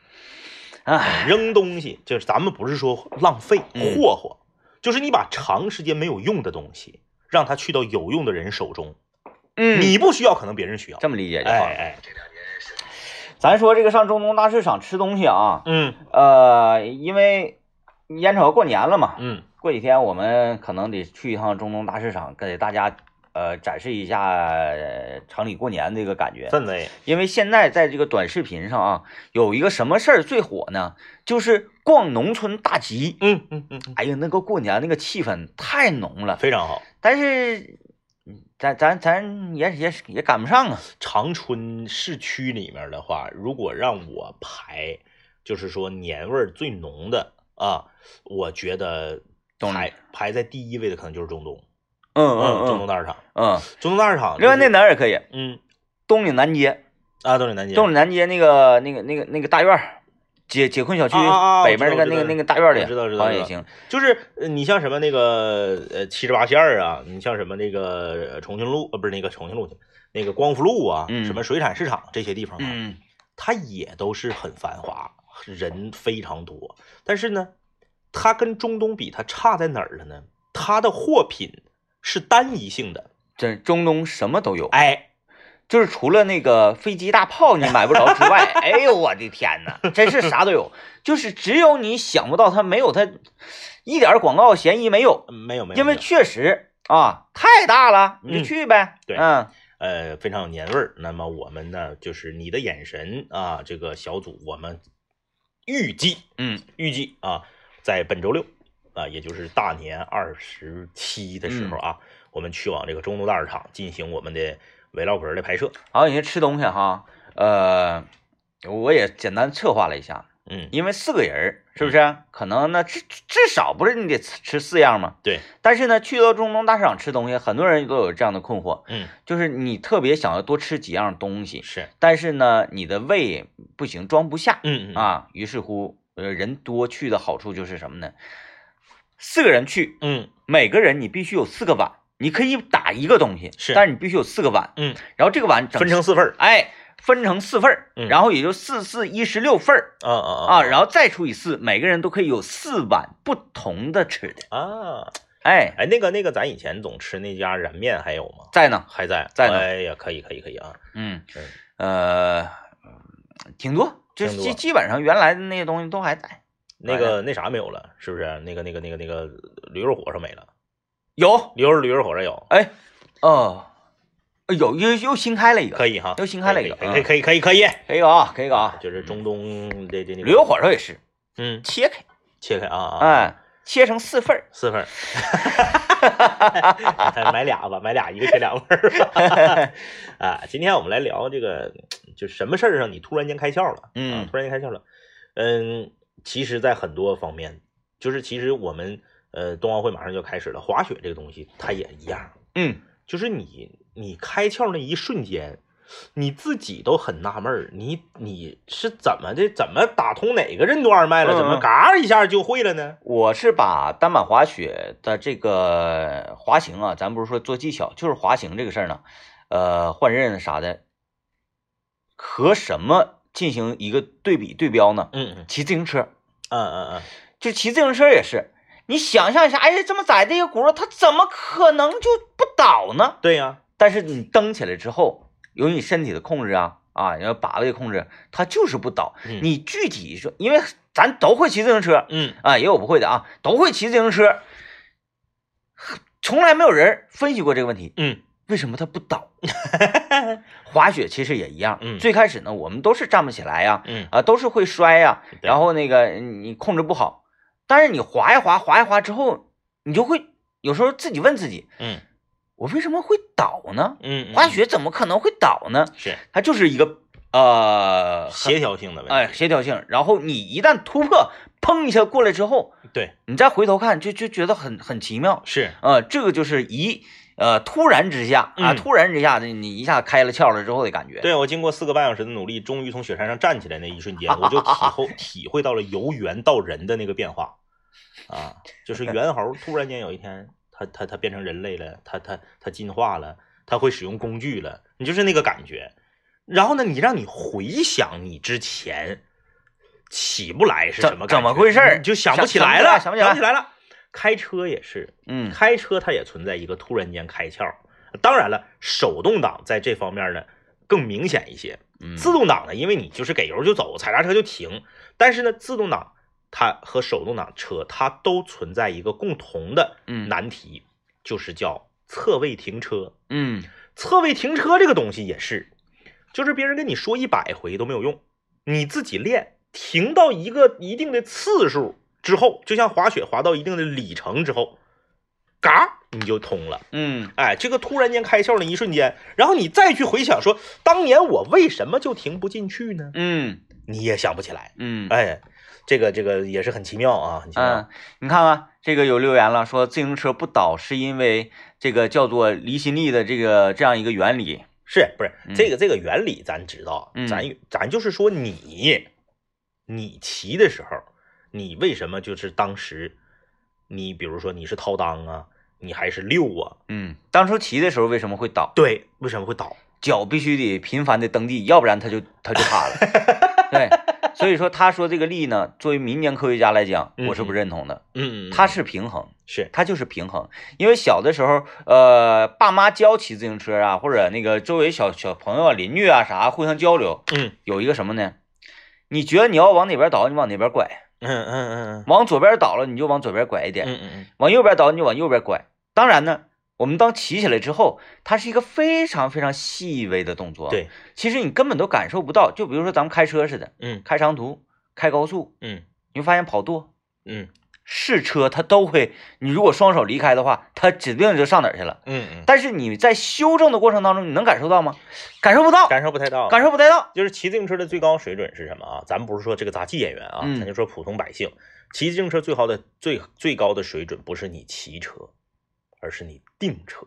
Speaker 1: 哎，
Speaker 2: 扔东西就是咱们不是说浪费
Speaker 1: 嗯
Speaker 2: 霍霍，就是你把长时间没有用的东西，让它去到有用的人手中，
Speaker 1: 嗯
Speaker 2: 你不需要，可能别人需要。
Speaker 1: 这么理解就
Speaker 2: 哎
Speaker 1: 好了。
Speaker 2: 哎，
Speaker 1: 咱说这个上中东大市场吃东西啊，
Speaker 2: 嗯
Speaker 1: 呃，因为眼瞅着过年了嘛，
Speaker 2: 嗯
Speaker 1: 过几天我们可能得去一趟中东大市场，给大家呃展示一下、呃城里过年这个感觉。
Speaker 2: 氛围，
Speaker 1: 因为现在在这个短视频上啊，有一个什么事儿最火呢？就是逛农村大集。
Speaker 2: 嗯嗯嗯，嗯
Speaker 1: 哎呀，那个过年那个气氛太浓了，
Speaker 2: 非常好。
Speaker 1: 但是嗯咱咱咱也也也赶不上啊。
Speaker 2: 长春市区里面的话，如果让我排，就是说年味儿最浓的啊，我觉得
Speaker 1: 东
Speaker 2: 排排在第一位的可能就是中东，
Speaker 1: 嗯
Speaker 2: 中东大市场，
Speaker 1: 嗯，
Speaker 2: 中东大市场、就是，
Speaker 1: 另外那哪儿也可以，
Speaker 2: 嗯
Speaker 1: 东岭南街，
Speaker 2: 啊，东岭南街，
Speaker 1: 东岭南街那个那个那个那个大院儿，解解困小区
Speaker 2: 啊啊啊
Speaker 1: 北边那个
Speaker 2: 我知
Speaker 1: 那个
Speaker 2: 道我知道
Speaker 1: 那个大院儿里，
Speaker 2: 我知道知道
Speaker 1: 好像也
Speaker 2: 知道
Speaker 1: 行。
Speaker 2: 就是呃你像什么那个呃七十八线儿啊，你像什么那个呃重庆路呃不是那个重庆路去，那个光复路啊，
Speaker 1: 嗯
Speaker 2: 什么水产市场这些地方啊，
Speaker 1: 嗯
Speaker 2: 它也都是很繁华，人非常多。但是呢，它跟中东比，它差在哪儿了呢？它的货品是单一性的，
Speaker 1: 这中东什么都有，
Speaker 2: 哎，
Speaker 1: 就是除了那个飞机大炮你买不着之外， (laughs) 哎呦我的天哪，真是啥都有，就是只有你想不到它没有它，一点儿广告嫌疑没有，
Speaker 2: 没有没有，
Speaker 1: 因为
Speaker 2: 没有
Speaker 1: 确实啊太大了，你
Speaker 2: 嗯
Speaker 1: 就去呗。
Speaker 2: 对
Speaker 1: 嗯
Speaker 2: 呃非常有年味儿。那么我们呢，就是你的眼神啊，这个小组我们预计
Speaker 1: 嗯
Speaker 2: 预计啊，在本周六啊，也就是大年二十七的
Speaker 1: 嗯
Speaker 2: 时候啊，我们去往这个中东大市场进行我们的 vlog 的拍摄。
Speaker 1: 然后你吃东西哈，呃，我也简单策划了一下，
Speaker 2: 嗯，
Speaker 1: 因为四个人儿是不是？可能呢，至至少不是你得吃吃四样嘛。
Speaker 2: 对，
Speaker 1: 但是呢，去到中东大市场吃东西，很多人都有这样的困惑，
Speaker 2: 嗯，
Speaker 1: 就是你特别想要多吃几样东西，
Speaker 2: 是，
Speaker 1: 但是呢，你的胃不行，装不下
Speaker 2: 嗯嗯，
Speaker 1: 啊。于是乎，呃，人多去的好处就是什么呢？四个人去，
Speaker 2: 嗯
Speaker 1: 每个人你必须有四个碗，你可以打一个东西，
Speaker 2: 是
Speaker 1: 但是你必须有四个碗，
Speaker 2: 嗯，
Speaker 1: 然后这个碗整
Speaker 2: 分成四份儿，
Speaker 1: 哎，分成四份儿，
Speaker 2: 嗯
Speaker 1: 然后也就四四一十六份儿
Speaker 2: 啊啊
Speaker 1: 啊，
Speaker 2: 啊
Speaker 1: 然后再除以四，每个人都可以有四碗不同的吃的。
Speaker 2: 啊！
Speaker 1: 哎，
Speaker 2: 哎，那个那个，咱以前总吃那家燃面还有吗？
Speaker 1: 在呢，
Speaker 2: 还在，
Speaker 1: 在呢
Speaker 2: 哎呀，可以可以可以啊！
Speaker 1: 嗯
Speaker 2: 嗯，
Speaker 1: 呃，挺多，这
Speaker 2: 挺多
Speaker 1: 基基本上原来的那些东西都还在，
Speaker 2: 那个那啥没有了，是不是？那个那个那个那个驴肉火烧没了，
Speaker 1: 有，
Speaker 2: 驴肉驴肉火烧有，
Speaker 1: 哎，哦，有又又新开了一个，
Speaker 2: 可以哈，
Speaker 1: 又新开了一个
Speaker 2: 可以可以可以可以，可以
Speaker 1: 可以啊，可以啊，
Speaker 2: 就是中东的这那个
Speaker 1: 驴肉火烧也是
Speaker 2: 嗯，
Speaker 1: 切开，
Speaker 2: 切开啊啊，
Speaker 1: 哎，切成四份儿，(laughs)
Speaker 2: 四份儿，买俩吧，买俩，一个切两份儿吧。
Speaker 1: (laughs)
Speaker 2: 啊，今天我们来聊这个，就什么事儿上你突然间开窍了？啊
Speaker 1: 嗯，
Speaker 2: 突然间开窍了。嗯，其实，在很多方面，就是其实我们呃，冬奥会马上就要开始了，滑雪这个东西它也一样，
Speaker 1: 嗯
Speaker 2: 就是你你开窍那一瞬间，你自己都很纳闷儿，你你是怎么的？怎么打通哪个任督二脉了？
Speaker 1: 嗯
Speaker 2: 怎么
Speaker 1: 嗯
Speaker 2: 嘎一下就会了呢？
Speaker 1: 我是把单板滑雪的这个滑行啊，咱不是说做技巧，就是滑行这个事儿呢，呃，换刃啥的，和什么进行一个对比对标呢？
Speaker 2: 嗯嗯
Speaker 1: 骑自行车，
Speaker 2: 嗯嗯嗯，
Speaker 1: 就骑自行车也是，你想象一下，哎呀，这么窄的一个轱辘，它怎么可能就不倒呢？
Speaker 2: 对呀、
Speaker 1: 但是你蹬起来之后，由于你身体的控制啊啊，然后把位的控制，它就是不倒。
Speaker 2: 嗯
Speaker 1: 你具体说，因为咱都会骑自行车
Speaker 2: 嗯
Speaker 1: 啊，也有不会的啊，都会骑自行车，从来没有人分析过这个问题，
Speaker 2: 嗯
Speaker 1: 为什么它不倒？ (laughs) 滑雪其实也一样，
Speaker 2: 嗯
Speaker 1: 最开始呢，我们都是站不起来呀、
Speaker 2: 嗯，
Speaker 1: 啊，都是会摔呀、
Speaker 2: 对
Speaker 1: 然后那个你控制不好，但是你滑一滑，滑一滑之后，你就会有时候自己问自己，
Speaker 2: 嗯
Speaker 1: 我为什么会倒呢？
Speaker 2: 嗯，嗯
Speaker 1: 滑雪怎么可能会倒呢？
Speaker 2: 是
Speaker 1: 它就是一个呃，
Speaker 2: 协调性的问题。
Speaker 1: 哎协调性。然后你一旦突破，砰一下过来之后，
Speaker 2: 对，
Speaker 1: 你再回头看，就就觉得很很奇妙。
Speaker 2: 是，
Speaker 1: 呃，这个就是一呃突然之下啊，
Speaker 2: 嗯
Speaker 1: 突然之下你你一下开了窍了之后的感觉。
Speaker 2: 对我经过四个半小时的努力，终于从雪山上站起来那一瞬间，我就体
Speaker 1: (laughs)
Speaker 2: 后体会到了由猿到人的那个变化，啊，就是猿猴突然间有一天，它它它变成人类了，它它它进化了，它会使用工具了，你就是那个感觉。然后呢，你让你回想你之前起不来是
Speaker 1: 怎
Speaker 2: 什么
Speaker 1: 怎
Speaker 2: 感
Speaker 1: 么
Speaker 2: 觉
Speaker 1: 回事儿
Speaker 2: 你就想
Speaker 1: 想
Speaker 2: 不起
Speaker 1: 想不
Speaker 2: 来
Speaker 1: 起来
Speaker 2: 了，
Speaker 1: 想不起
Speaker 2: 想
Speaker 1: 来
Speaker 2: 不起来了。开车也是，
Speaker 1: 嗯，
Speaker 2: 开车它也存在一个突然间开窍。当然了，手动挡在这方面呢更明显一些。
Speaker 1: 嗯，
Speaker 2: 自动挡呢，因为你就是给油就走，踩刹车就停。但是呢，自动挡它和手动挡车它都存在一个共同的
Speaker 1: 嗯
Speaker 2: 难题，就是叫侧位停车。
Speaker 1: 嗯
Speaker 2: 侧位停车这个东西也是，就是别人跟你说一百回都没有用，你自己练，停到一个一定的次数之后，就像滑雪滑到一定的里程之后，嘎你就通了。
Speaker 1: 嗯
Speaker 2: 哎，这个突然间开窍的一瞬间，然后你再去回想说，当年我为什么就停不进去呢？
Speaker 1: 嗯
Speaker 2: 你也想不起来。
Speaker 1: 嗯
Speaker 2: 哎，这个这个也是很奇妙啊，很奇妙。
Speaker 1: 嗯，你看看这个有留言了，说自行车不倒是因为这个叫做离心力的这个这样一个原理。
Speaker 2: 是不是
Speaker 1: 嗯
Speaker 2: 这个这个原理咱知道，啊
Speaker 1: 嗯
Speaker 2: 咱咱就是说你，你骑的时候，你为什么就是当时，你比如说你是掏裆啊，你还是溜啊，
Speaker 1: 嗯，当初骑的时候为什么会倒？
Speaker 2: 对，为什么会倒？
Speaker 1: 脚必须得频繁的蹬地，要不然它就它就塌了。对，所以说他说这个力呢，作为民间科学家来讲，我是不认同的。
Speaker 2: 嗯
Speaker 1: 它
Speaker 2: 他
Speaker 1: 是平衡，
Speaker 2: 是
Speaker 1: 它就是平衡。因为小的时候，呃，爸妈教骑自行车啊，或者那个周围小小朋友啊、邻居啊啥互相交流，
Speaker 2: 嗯
Speaker 1: 有一个什么呢？你觉得你要往哪边倒，你往哪边拐；
Speaker 2: 嗯嗯嗯
Speaker 1: 往左边倒了，你就往左边拐一点；
Speaker 2: 嗯嗯
Speaker 1: 往右边倒，你就往右边拐。当然呢，我们当骑起来之后，它是一个非常非常细微的动作。
Speaker 2: 嗯，，对，
Speaker 1: 其实你根本都感受不到。就比如说咱们开车似的，
Speaker 2: 嗯
Speaker 1: 开长途、开高速，
Speaker 2: 嗯
Speaker 1: 你会发现跑舵、
Speaker 2: 嗯
Speaker 1: 试车，它都会。你如果双手离开的话，它指定就上哪儿去了。
Speaker 2: 嗯嗯，
Speaker 1: 但是你在修正的过程当中，你能感受到吗？感受不到，
Speaker 2: 感受不太到，
Speaker 1: 感受不太到。
Speaker 2: 就是骑自行车的最高水准是什么啊？咱不是说这个杂技演员啊，
Speaker 1: 嗯
Speaker 2: 咱就说普通百姓，骑自行车最高的最最高的水准不是你骑车，而是你定车。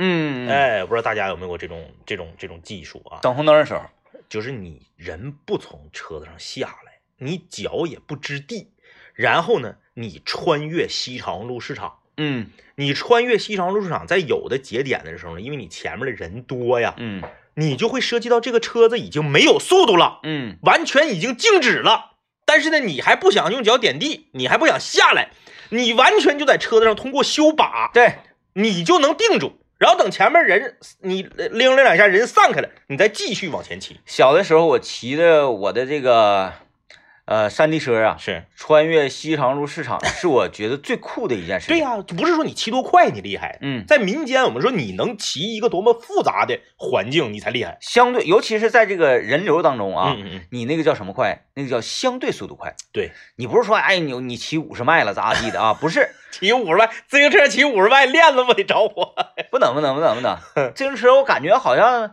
Speaker 1: 嗯，，
Speaker 2: 哎，不知道大家有没有过这种这种这种技术啊？
Speaker 1: 等红灯的时候，
Speaker 2: 就是你人不从车子上下来，你脚也不知地，然后呢，你穿越西长路市场。
Speaker 1: 嗯
Speaker 2: 你穿越西长路市场，在有的节点的时候呢，因为你前面的人多呀，
Speaker 1: 嗯
Speaker 2: 你就会涉及到这个车子已经没有速度了。
Speaker 1: 嗯
Speaker 2: 完全已经静止了。但是呢，你还不想用脚点地，你还不想下来，你完全就在车子上通过修把，
Speaker 1: 对，
Speaker 2: 你就能定住。然后等前面人你拎了两下，人散开了，你再继续往前骑。
Speaker 1: 小的时候我骑着我的这个呃山地车啊，
Speaker 2: 是
Speaker 1: 穿越西长路市场，是我觉得最酷的一件事情。
Speaker 2: 对、呀、不是说你骑多快你厉害，
Speaker 1: 嗯，
Speaker 2: 在民间我们说你能骑一个多么复杂的环境你才厉害。
Speaker 1: 相对，尤其是在这个人流当中啊，
Speaker 2: 嗯嗯嗯，
Speaker 1: 你那个叫什么快？那个叫相对速度快。
Speaker 2: 对，
Speaker 1: 你不是说哎你你骑五十迈了咋咋地的啊？不是，
Speaker 2: 骑五十迈，自行车骑五十迈，链子不得着火？
Speaker 1: 不能不能不能不能，
Speaker 2: (laughs)
Speaker 1: 自行车我感觉好像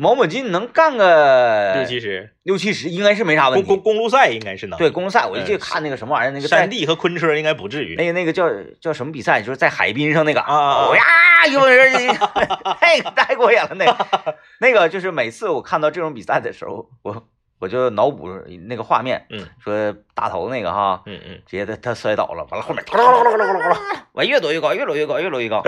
Speaker 1: 毛毛劲能干个
Speaker 2: 六七十，
Speaker 1: 六七十，应该是没啥哎问
Speaker 2: 公公
Speaker 1: 题。
Speaker 2: 公路赛应该是能。
Speaker 1: 对，公路赛，我就
Speaker 2: 嗯
Speaker 1: 去看那个什么玩意儿，那个在
Speaker 2: 山地和昆车应该不至于。
Speaker 1: 那个那个叫叫什么比赛，就是在海滨上那个
Speaker 2: 啊啊啊
Speaker 1: 哦呀，一 (laughs) 帮人那个太过瘾了，那
Speaker 2: (laughs)
Speaker 1: 个那个就是每次我看到这种比赛的时候，我我就脑补那个画面，
Speaker 2: 嗯
Speaker 1: 说打头那个哈，
Speaker 2: 嗯嗯，
Speaker 1: 直接他他摔倒了，完了
Speaker 2: (laughs)
Speaker 1: 后面咕噜咕噜咕噜咕噜咕噜咕噜，完越躲越高，越躲越高，越躲越高，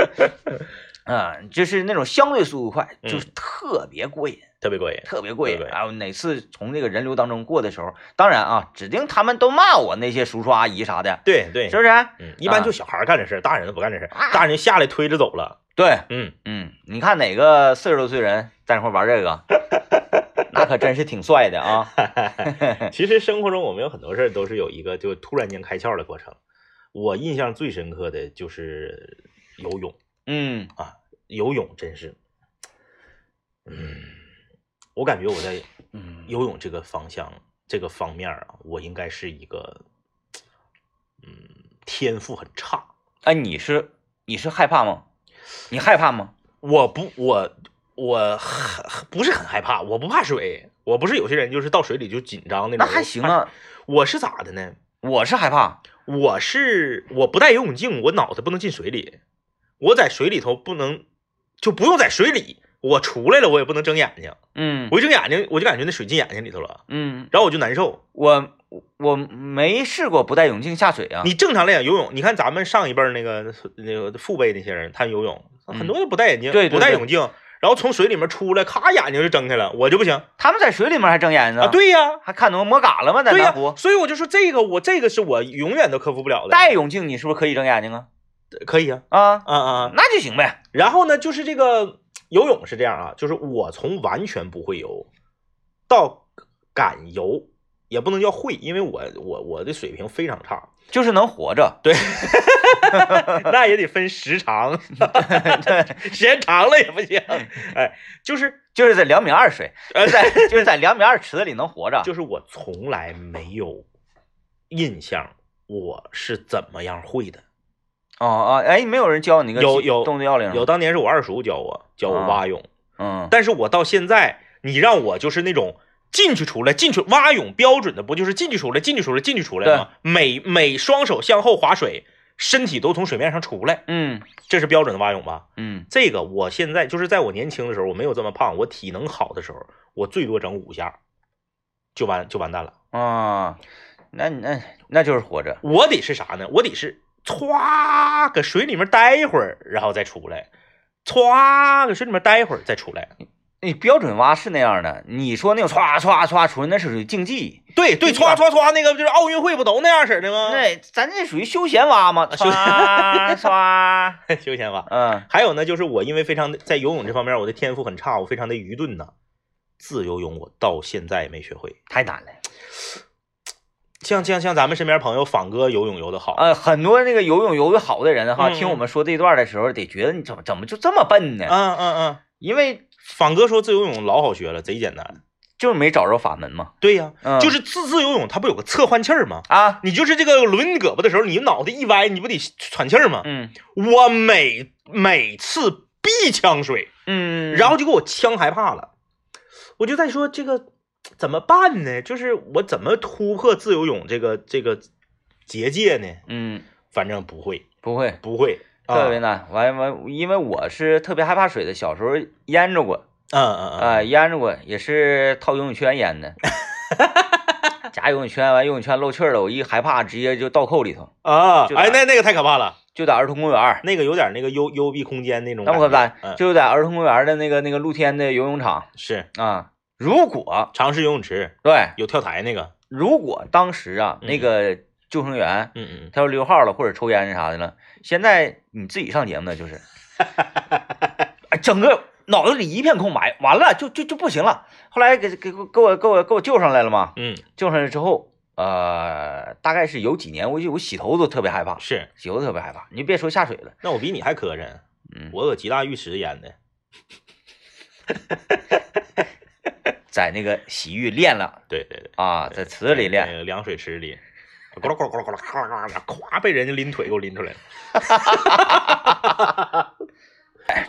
Speaker 1: 啊，就是那种相对速度快，
Speaker 2: 嗯
Speaker 1: 就是特别过瘾，
Speaker 2: 特别过瘾。
Speaker 1: 特别过瘾
Speaker 2: 对。
Speaker 1: 然后哪次从这个人流当中过的时候，当然啊，指定他们都骂我那些叔叔阿姨啥的，
Speaker 2: 对对
Speaker 1: 是，不是？
Speaker 2: 嗯，一般就小孩儿干这事儿，大人都不干这事儿，大人就下来推着走了。
Speaker 1: 对，
Speaker 2: 嗯，
Speaker 1: 嗯，你看哪个四十多岁人在那块玩这个，那可真是挺帅的啊！
Speaker 2: 其实生活中我们有很多事儿都是有一个就突然间开窍的过程。我印象最深刻的就是游泳，
Speaker 1: 嗯
Speaker 2: 游泳真是，嗯，我感觉我在
Speaker 1: 嗯
Speaker 2: 游泳这个方向这个方面儿啊，我应该是一个，嗯，天赋很差。
Speaker 1: 哎，你是你是害怕吗？你害怕吗？
Speaker 2: 我不，我我很不是很害怕，我不怕水，我不是有些人就是到水里就紧张那
Speaker 1: 那
Speaker 2: 种。
Speaker 1: 还行啊，
Speaker 2: 我是咋的呢？
Speaker 1: 我是害怕。
Speaker 2: 我是我不戴游泳镜，我脑袋不能进水里，我在水里头不能就不用在水里，我出来了我也不能睁眼睛，
Speaker 1: 嗯
Speaker 2: 我一睁眼睛我就感觉那水进眼睛里头了，
Speaker 1: 嗯，
Speaker 2: 然后我就难受。
Speaker 1: 我我没试过不戴泳镜下水啊。
Speaker 2: 你正常来讲游泳，你看咱们上一辈儿那个那个父辈那些人，他游泳
Speaker 1: 嗯
Speaker 2: 很多都不戴眼镜，
Speaker 1: 对对
Speaker 2: 不戴
Speaker 1: 对
Speaker 2: 泳镜，然后从水里面出来，咔眼睛就睁开了，我就不行
Speaker 1: 他们在水里面还睁眼睛
Speaker 2: 啊！，对呀、
Speaker 1: 还看懂摸嘎了吗？在
Speaker 2: 对呀、
Speaker 1: 南湖
Speaker 2: 所以我就说这个我这个是我永远都克服不了的。
Speaker 1: 戴泳镜，你是不是可以睁眼睛啊？
Speaker 2: 可以啊，
Speaker 1: 啊，
Speaker 2: 啊啊！啊
Speaker 1: 那就行呗。
Speaker 2: 然后呢，就是这个游泳是这样啊，就是我从完全不会游到敢游，也不能叫会，因为我我我的水平非常差， (laughs)
Speaker 1: 就是能活着， (laughs)
Speaker 2: 那也得分时长，
Speaker 1: 对，
Speaker 2: 时间长了也不行。
Speaker 1: 嗯
Speaker 2: 哎，就是
Speaker 1: 就是在两米二水，
Speaker 2: (laughs) 呃
Speaker 1: 在 (laughs) 就是在两米二池子里能活着。
Speaker 2: 就是我从来没有印象我是怎么样会的。
Speaker 1: 哦哦，哎，没有人教你个
Speaker 2: 有
Speaker 1: 基
Speaker 2: 有
Speaker 1: 动作要领吗
Speaker 2: 有当年是我二叔教我教我蛙泳，
Speaker 1: 嗯，
Speaker 2: 但是我到现在，你让我就是那种进去出来，进去蛙泳标准的不就是进去出来，进去出来，进去出来吗？每每双手向后划水，身体都从水面上出来，
Speaker 1: 嗯
Speaker 2: 这是标准的蛙泳吧？
Speaker 1: 嗯
Speaker 2: 这个我现在就是在我年轻的时候，我没有这么胖，我体能好的时候，我最多整五下，就完就完蛋了。
Speaker 1: 啊，那那那就是活着。
Speaker 2: 我得是啥呢？我得是歘搁水里面待一会儿，然后再出来，歘搁水里面待一会儿再出来。
Speaker 1: 那标准蛙是那样的，你说那种唰唰唰出来，那是属于竞技，
Speaker 2: 对对，歘歘歘，那个就是奥运会不都那样式儿的吗？
Speaker 1: 那咱这属于休闲蛙嘛，
Speaker 2: 啊休
Speaker 1: 唰
Speaker 2: (laughs)
Speaker 1: 唰，
Speaker 2: 休闲蛙。 (laughs)
Speaker 1: 嗯
Speaker 2: 还有呢，就是我因为非常的在游泳这方面我的天赋很差，我非常的愚钝呐。自由泳我到现在也没学会。
Speaker 1: 太难了。
Speaker 2: 像像像咱们身边朋友仿哥游泳游的好，
Speaker 1: 呃，很多那个游泳游得好的人哈，
Speaker 2: 嗯嗯
Speaker 1: 听我们说这一段的时候，得觉得你怎么怎么就这么笨呢？
Speaker 2: 嗯嗯嗯，
Speaker 1: 因为
Speaker 2: 仿哥说自由泳老好学了，贼简单。
Speaker 1: 就是没找着法门嘛。
Speaker 2: 对呀、
Speaker 1: 嗯，
Speaker 2: 就是自自由泳，它不有个侧换气儿吗？
Speaker 1: 啊，
Speaker 2: 你就是这个抡胳膊的时候，你脑袋一歪，你不得喘气儿吗？
Speaker 1: 嗯
Speaker 2: 我每每次必呛水，
Speaker 1: 嗯，
Speaker 2: 然后就给我呛害怕了。我就在说这个怎么办呢？就是我怎么突破自由泳这个这个结界呢？
Speaker 1: 嗯
Speaker 2: 反正不会，
Speaker 1: 不会，
Speaker 2: 不会，啊
Speaker 1: 特别难。完完，因为我是特别害怕水的，小时候淹着过，
Speaker 2: 嗯嗯
Speaker 1: 啊、
Speaker 2: 嗯，
Speaker 1: 淹着过，也是套游泳圈淹
Speaker 2: (laughs)
Speaker 1: 的。夹游泳圈完，游泳圈漏气儿了，我一害怕，直接就倒扣里头，
Speaker 2: 啊，
Speaker 1: 就
Speaker 2: 哎，
Speaker 1: 打
Speaker 2: 那那个太可怕了，
Speaker 1: 就在儿童公园儿，
Speaker 2: 那个有点那个幽幽闭空间那种
Speaker 1: 那
Speaker 2: 感
Speaker 1: 么
Speaker 2: 觉，
Speaker 1: 可办，
Speaker 2: 嗯，
Speaker 1: 就在儿童公园的那个那个露天的游泳场
Speaker 2: 是
Speaker 1: 啊。如果
Speaker 2: 尝试游泳池
Speaker 1: 对，
Speaker 2: 有跳台那个，
Speaker 1: 如果当时啊，那
Speaker 2: 嗯
Speaker 1: 个救生员
Speaker 2: 嗯嗯，
Speaker 1: 他要溜号了或者抽烟啥的了，现在你自己上节目呢，就是，哎整个脑子里一片空白，完了就就就不行了。后来给给给我给我给我救上来了嘛，
Speaker 2: 嗯
Speaker 1: 救上来之后，呃，大概是有几年，我就我洗头都特别害怕，
Speaker 2: 是，
Speaker 1: 洗头特别害怕，你就别说下水了，
Speaker 2: 那我比你还磕碜，
Speaker 1: 嗯
Speaker 2: 我搁吉大浴池演的，
Speaker 1: 在那个洗浴练了
Speaker 2: 对对对，
Speaker 1: 啊，在池子里
Speaker 2: 那
Speaker 1: 练，
Speaker 2: 个凉水池里，咕噜咕噜咕噜咕噜咕噜咕噜咕噜，咵被人家拎腿给我拎出来了。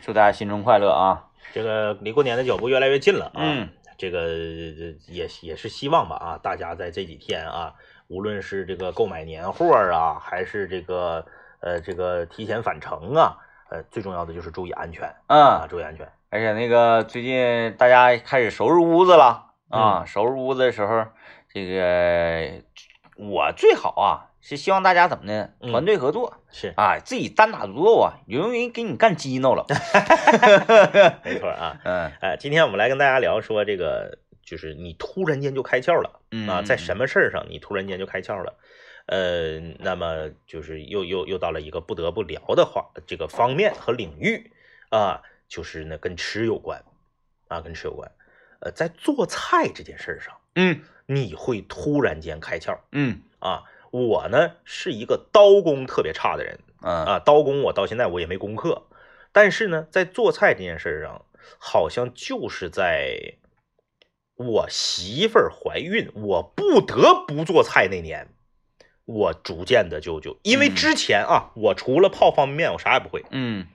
Speaker 1: 祝大家新春快乐啊！
Speaker 2: 这个离过年的脚步越来越近了啊。
Speaker 1: 嗯，
Speaker 2: 这个呃也也是希望吧啊，大家在这几天啊，无论是这个购买年货啊，还是这个呃这个提前返程啊，呃，最重要的就是注意安全啊，
Speaker 1: 嗯，
Speaker 2: 注意安全。
Speaker 1: 而且那个最近大家开始收拾屋子了
Speaker 2: 嗯
Speaker 1: 啊，收拾屋子的时候，这个我最好啊是希望大家怎么呢？
Speaker 2: 嗯
Speaker 1: 团队合作
Speaker 2: 是
Speaker 1: 啊，自己单打独斗啊，容易给你干激
Speaker 2: (laughs)
Speaker 1: 怒了。
Speaker 2: 没错 (laughs) 啊。
Speaker 1: 嗯
Speaker 2: 哎，今天我们来跟大家聊说这个，就是你突然间就开窍了
Speaker 1: 嗯
Speaker 2: 啊，在什
Speaker 1: 么？
Speaker 2: 么事儿上你突然间就开窍了？呃，那么就是又又又到了一个不得不聊的话，这个方面和领域啊，就是呢跟吃有关啊，跟吃有关。呃，在做菜这件事儿上，
Speaker 1: 嗯
Speaker 2: 你会突然间开窍
Speaker 1: 嗯
Speaker 2: 啊。我呢是一个刀工特别差的人，
Speaker 1: 嗯
Speaker 2: 啊，刀工我到现在我也没攻克，但是呢，在做菜这件事儿上，好像就是在我媳妇儿怀孕，我不得不做菜那年，我逐渐的就就因为
Speaker 1: 嗯
Speaker 2: 之前啊，我除了泡方便面，我啥也不会，
Speaker 1: 嗯，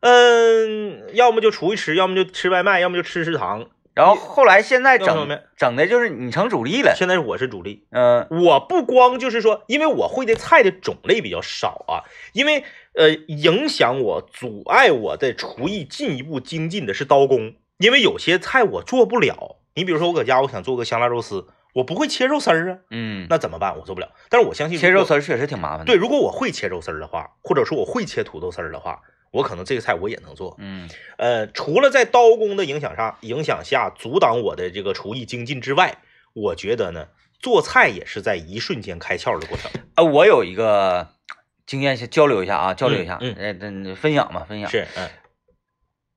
Speaker 2: 嗯，要么就出去吃，要么就吃外卖，要么就吃食堂。
Speaker 1: 然后后来现在
Speaker 2: 要不然
Speaker 1: 整整的就是你成主力了。
Speaker 2: 现在我是主力，
Speaker 1: 嗯
Speaker 2: 我不光就是说，因为我会的菜的种类比较少啊，因为呃，影响我、阻碍我的厨艺进一步精进的是刀工，因为有些菜我做不了。你比如说，我搁家我想做个香辣肉丝，我不会切肉丝儿啊，
Speaker 1: 嗯，
Speaker 2: 那怎么办？我做不了。但是我相信，
Speaker 1: 切肉丝儿确实挺麻烦的。
Speaker 2: 对，，如果我会切肉丝儿的话，或者说我会切土豆丝儿的话，我可能这个菜我也能做。
Speaker 1: 嗯
Speaker 2: 呃，除了在刀工的影响上影响下阻挡我的这个厨艺精进之外，我觉得呢，做菜也是在一瞬间开窍的过程。
Speaker 1: 啊，我有一个经验，先交流一下啊，交流一下，
Speaker 2: 嗯
Speaker 1: 呃，这分享嘛，分享
Speaker 2: 是，嗯，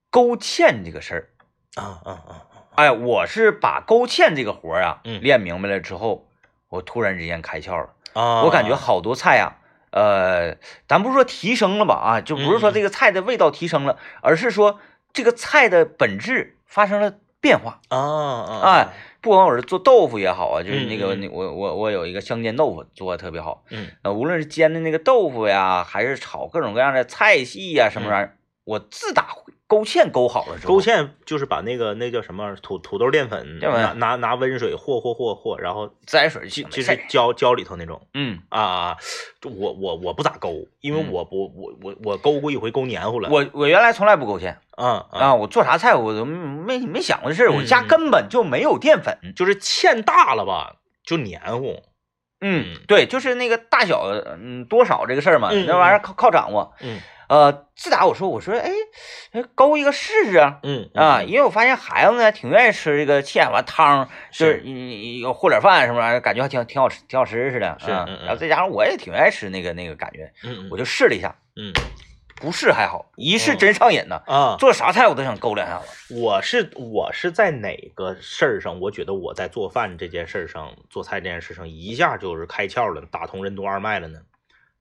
Speaker 1: 勾芡这个事儿。
Speaker 2: 啊啊啊啊，
Speaker 1: 哎，我是把勾芡这个活儿啊，
Speaker 2: 嗯
Speaker 1: 练明白了之后，我突然之间开窍了。
Speaker 2: 啊
Speaker 1: 我感觉好多菜啊，呃，咱不是说提升了吧啊，就不是说
Speaker 2: 嗯嗯
Speaker 1: 这个菜的味道提升了，而是说这个菜的本质发生了变化。
Speaker 2: 啊啊
Speaker 1: 哎，不管我是做豆腐也好啊，就是那个
Speaker 2: 嗯嗯嗯
Speaker 1: 那我我我有一个香煎豆腐做的特别好，
Speaker 2: 嗯
Speaker 1: 呃，无论是煎的那个豆腐呀，还是炒各种各样的菜系呀什么玩意儿，我自打勾芡勾好了之后，
Speaker 2: 嗯勾芡就是把那个那叫什么土土豆淀粉，
Speaker 1: 淀粉
Speaker 2: 拿拿拿温水和和和和，然后
Speaker 1: 自来水就
Speaker 2: 就
Speaker 1: 行
Speaker 2: 就
Speaker 1: 没事
Speaker 2: 是
Speaker 1: 儿。
Speaker 2: 浇浇里头那种
Speaker 1: 嗯，
Speaker 2: 啊，就我我我不咋勾，因为
Speaker 1: 嗯
Speaker 2: 我不我我我勾过一回勾黏糊了，
Speaker 1: 我我原来从来不勾芡
Speaker 2: 啊啊，
Speaker 1: 啊，我做啥菜我都没没没想过这事儿，我
Speaker 2: 嗯
Speaker 1: 家
Speaker 2: 嗯
Speaker 1: 根本就没有淀粉。
Speaker 2: 就是芡大了吧就黏糊，
Speaker 1: 嗯
Speaker 2: 嗯，
Speaker 1: 对，就是那个大小，嗯，多少这个事儿嘛，
Speaker 2: 嗯
Speaker 1: 那玩意儿靠靠掌握。
Speaker 2: 嗯
Speaker 1: 呃，自打我说我说，哎，哎勾一个试试啊，
Speaker 2: 嗯
Speaker 1: 啊，因为我发现孩子呢挺愿意吃这个芡完汤，就是你和点饭什么玩意儿，感觉还挺挺好吃，挺好吃似的。
Speaker 2: 是
Speaker 1: 啊
Speaker 2: 嗯嗯
Speaker 1: 然后再加上我也挺愿意吃那个那个感觉，
Speaker 2: 嗯
Speaker 1: 我就试了一下，
Speaker 2: 嗯
Speaker 1: 不试还好，一试
Speaker 2: 嗯
Speaker 1: 真上瘾呐，
Speaker 2: 啊，
Speaker 1: 做啥菜我都想勾两下子。
Speaker 2: 我是我是在哪个事儿上？我觉得我在做饭这件事儿上，做菜这件事上，一下就是开窍了，打通任督二脉了呢。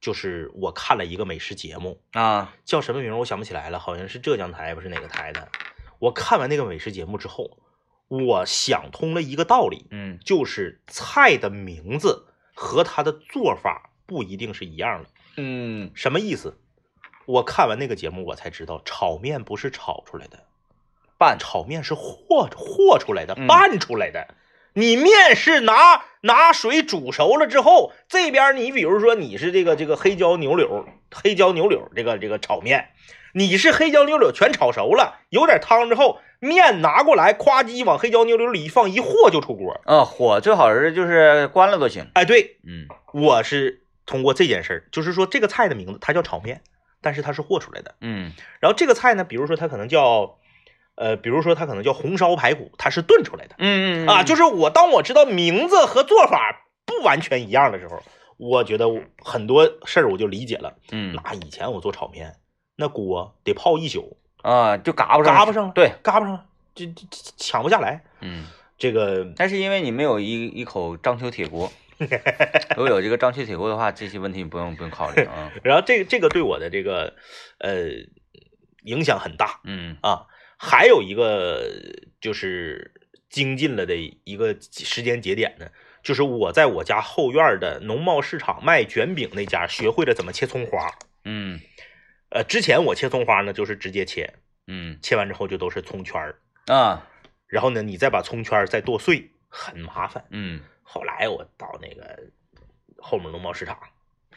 Speaker 2: 就是我看了一个美食节目，
Speaker 1: 啊，
Speaker 2: 叫什么名儿我想不起来了，好像是浙江台不是哪个台的。我看完那个美食节目之后，我想通了一个道理，
Speaker 1: 嗯
Speaker 2: 就是菜的名字和它的做法不一定是一样的。
Speaker 1: 嗯，
Speaker 2: 什么意思？我看完那个节目，我才知道炒面不是炒出来的，
Speaker 1: 拌炒，
Speaker 2: 炒面是和和出来的、
Speaker 1: 嗯
Speaker 2: 拌出来的。你面是拿拿水煮熟了之后，这边你比如说你是这个这个黑椒牛柳，黑椒牛柳这个这个炒面，你是黑椒牛柳全炒熟了，有点汤之后，面拿过来，夸叽往黑椒牛柳里一放，一和就出锅。
Speaker 1: 啊，火最好是就是关了都行。
Speaker 2: 哎，对，
Speaker 1: 嗯
Speaker 2: 我是通过这件事儿，就是说这个菜的名字它叫炒面，但是它是和出来的。
Speaker 1: 嗯
Speaker 2: 然后这个菜呢，比如说它可能叫，呃，比如说它可能叫红烧排骨，它是炖出来的
Speaker 1: 嗯嗯
Speaker 2: 啊。就是是我当我知道名字和做法不完全一样的时候，我觉得我很多事儿我就理解了。
Speaker 1: 嗯
Speaker 2: 那以前我做炒面，那锅得泡一宿，
Speaker 1: 啊，就嘎巴上
Speaker 2: 嘎巴上了，
Speaker 1: 对，
Speaker 2: 嘎巴上了，这这这抢不下来。
Speaker 1: 嗯。
Speaker 2: 这个
Speaker 1: 但是因为你没有一一口章丘铁 (laughs) 锅，如果有这个章丘铁锅的话，这些问题不用不用考虑 (laughs) 啊。
Speaker 2: 然后这个这个对我的这个呃影响很大
Speaker 1: 嗯
Speaker 2: 啊。还有一个就是精进了的一个时间节点呢，就是我在我家后院的农贸市场卖卷饼那家学会了怎么切葱花。
Speaker 1: 嗯
Speaker 2: 呃，之前我切葱花呢，就是直接切，
Speaker 1: 嗯
Speaker 2: 切完之后就都是葱圈儿，
Speaker 1: 啊
Speaker 2: 然后呢，你再把葱圈儿再剁碎，很麻烦。
Speaker 1: 嗯，
Speaker 2: 后来我到那个后面农贸市场，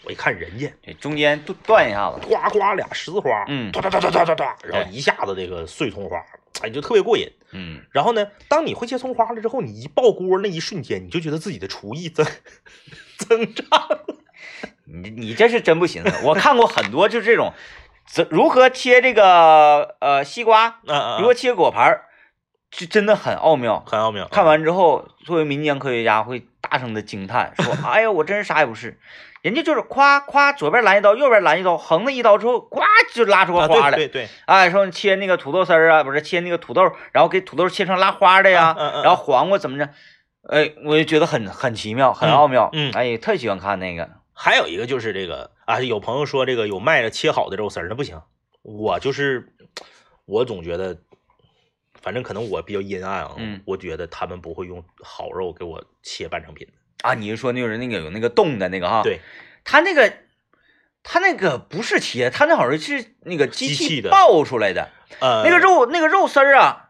Speaker 2: 我一看人家
Speaker 1: 这中间断断一下子，
Speaker 2: 呱呱俩十字花，
Speaker 1: 嗯
Speaker 2: 哒哒哒哒哒哒哒，然后一下子这个碎葱花，哎，就特别过瘾。
Speaker 1: 嗯，
Speaker 2: 然后呢，当你会切葱花了之后，你一爆锅那一瞬间，你就觉得自己的厨艺增增长。
Speaker 1: 嗯你你这是真不寻思，我看过很多就是这种，怎如何切这个呃西瓜，
Speaker 2: (laughs) 啊啊
Speaker 1: 如何切果盘儿，这真的很奥妙。
Speaker 2: 很奥妙。啊
Speaker 1: 看完之后，作为民间科学家会大声的惊叹，
Speaker 2: (laughs)
Speaker 1: 说：“哎呀，我真是啥也不是，人家就是夸夸左边拦一刀，右边拦一刀，横的一刀之后，呱就拉出
Speaker 2: 啊，
Speaker 1: 个花来。
Speaker 2: 对对对，
Speaker 1: 哎，说你切那个土豆丝儿啊，不是切那个土豆，然后给土豆切成拉花的呀，
Speaker 2: 嗯嗯嗯
Speaker 1: 然后黄瓜怎么着？哎，我就觉得很很奇妙，很奥妙。
Speaker 2: 嗯嗯
Speaker 1: 哎，特喜欢看那个。
Speaker 2: 还有一个就是这个啊，有朋友说这个有卖了切好的肉丝儿，那不行。我就是我总觉得，反正可能我比较阴暗啊，
Speaker 1: 嗯
Speaker 2: 我觉得他们不会用好肉给我切半成品的。
Speaker 1: 啊，你是说那个人那个有那个冻的那个哈？
Speaker 2: 对，
Speaker 1: 他那个他那个不是切，他那好像是那个机
Speaker 2: 机器的
Speaker 1: 爆出来的，
Speaker 2: 呃，
Speaker 1: 那个肉那个肉丝儿啊，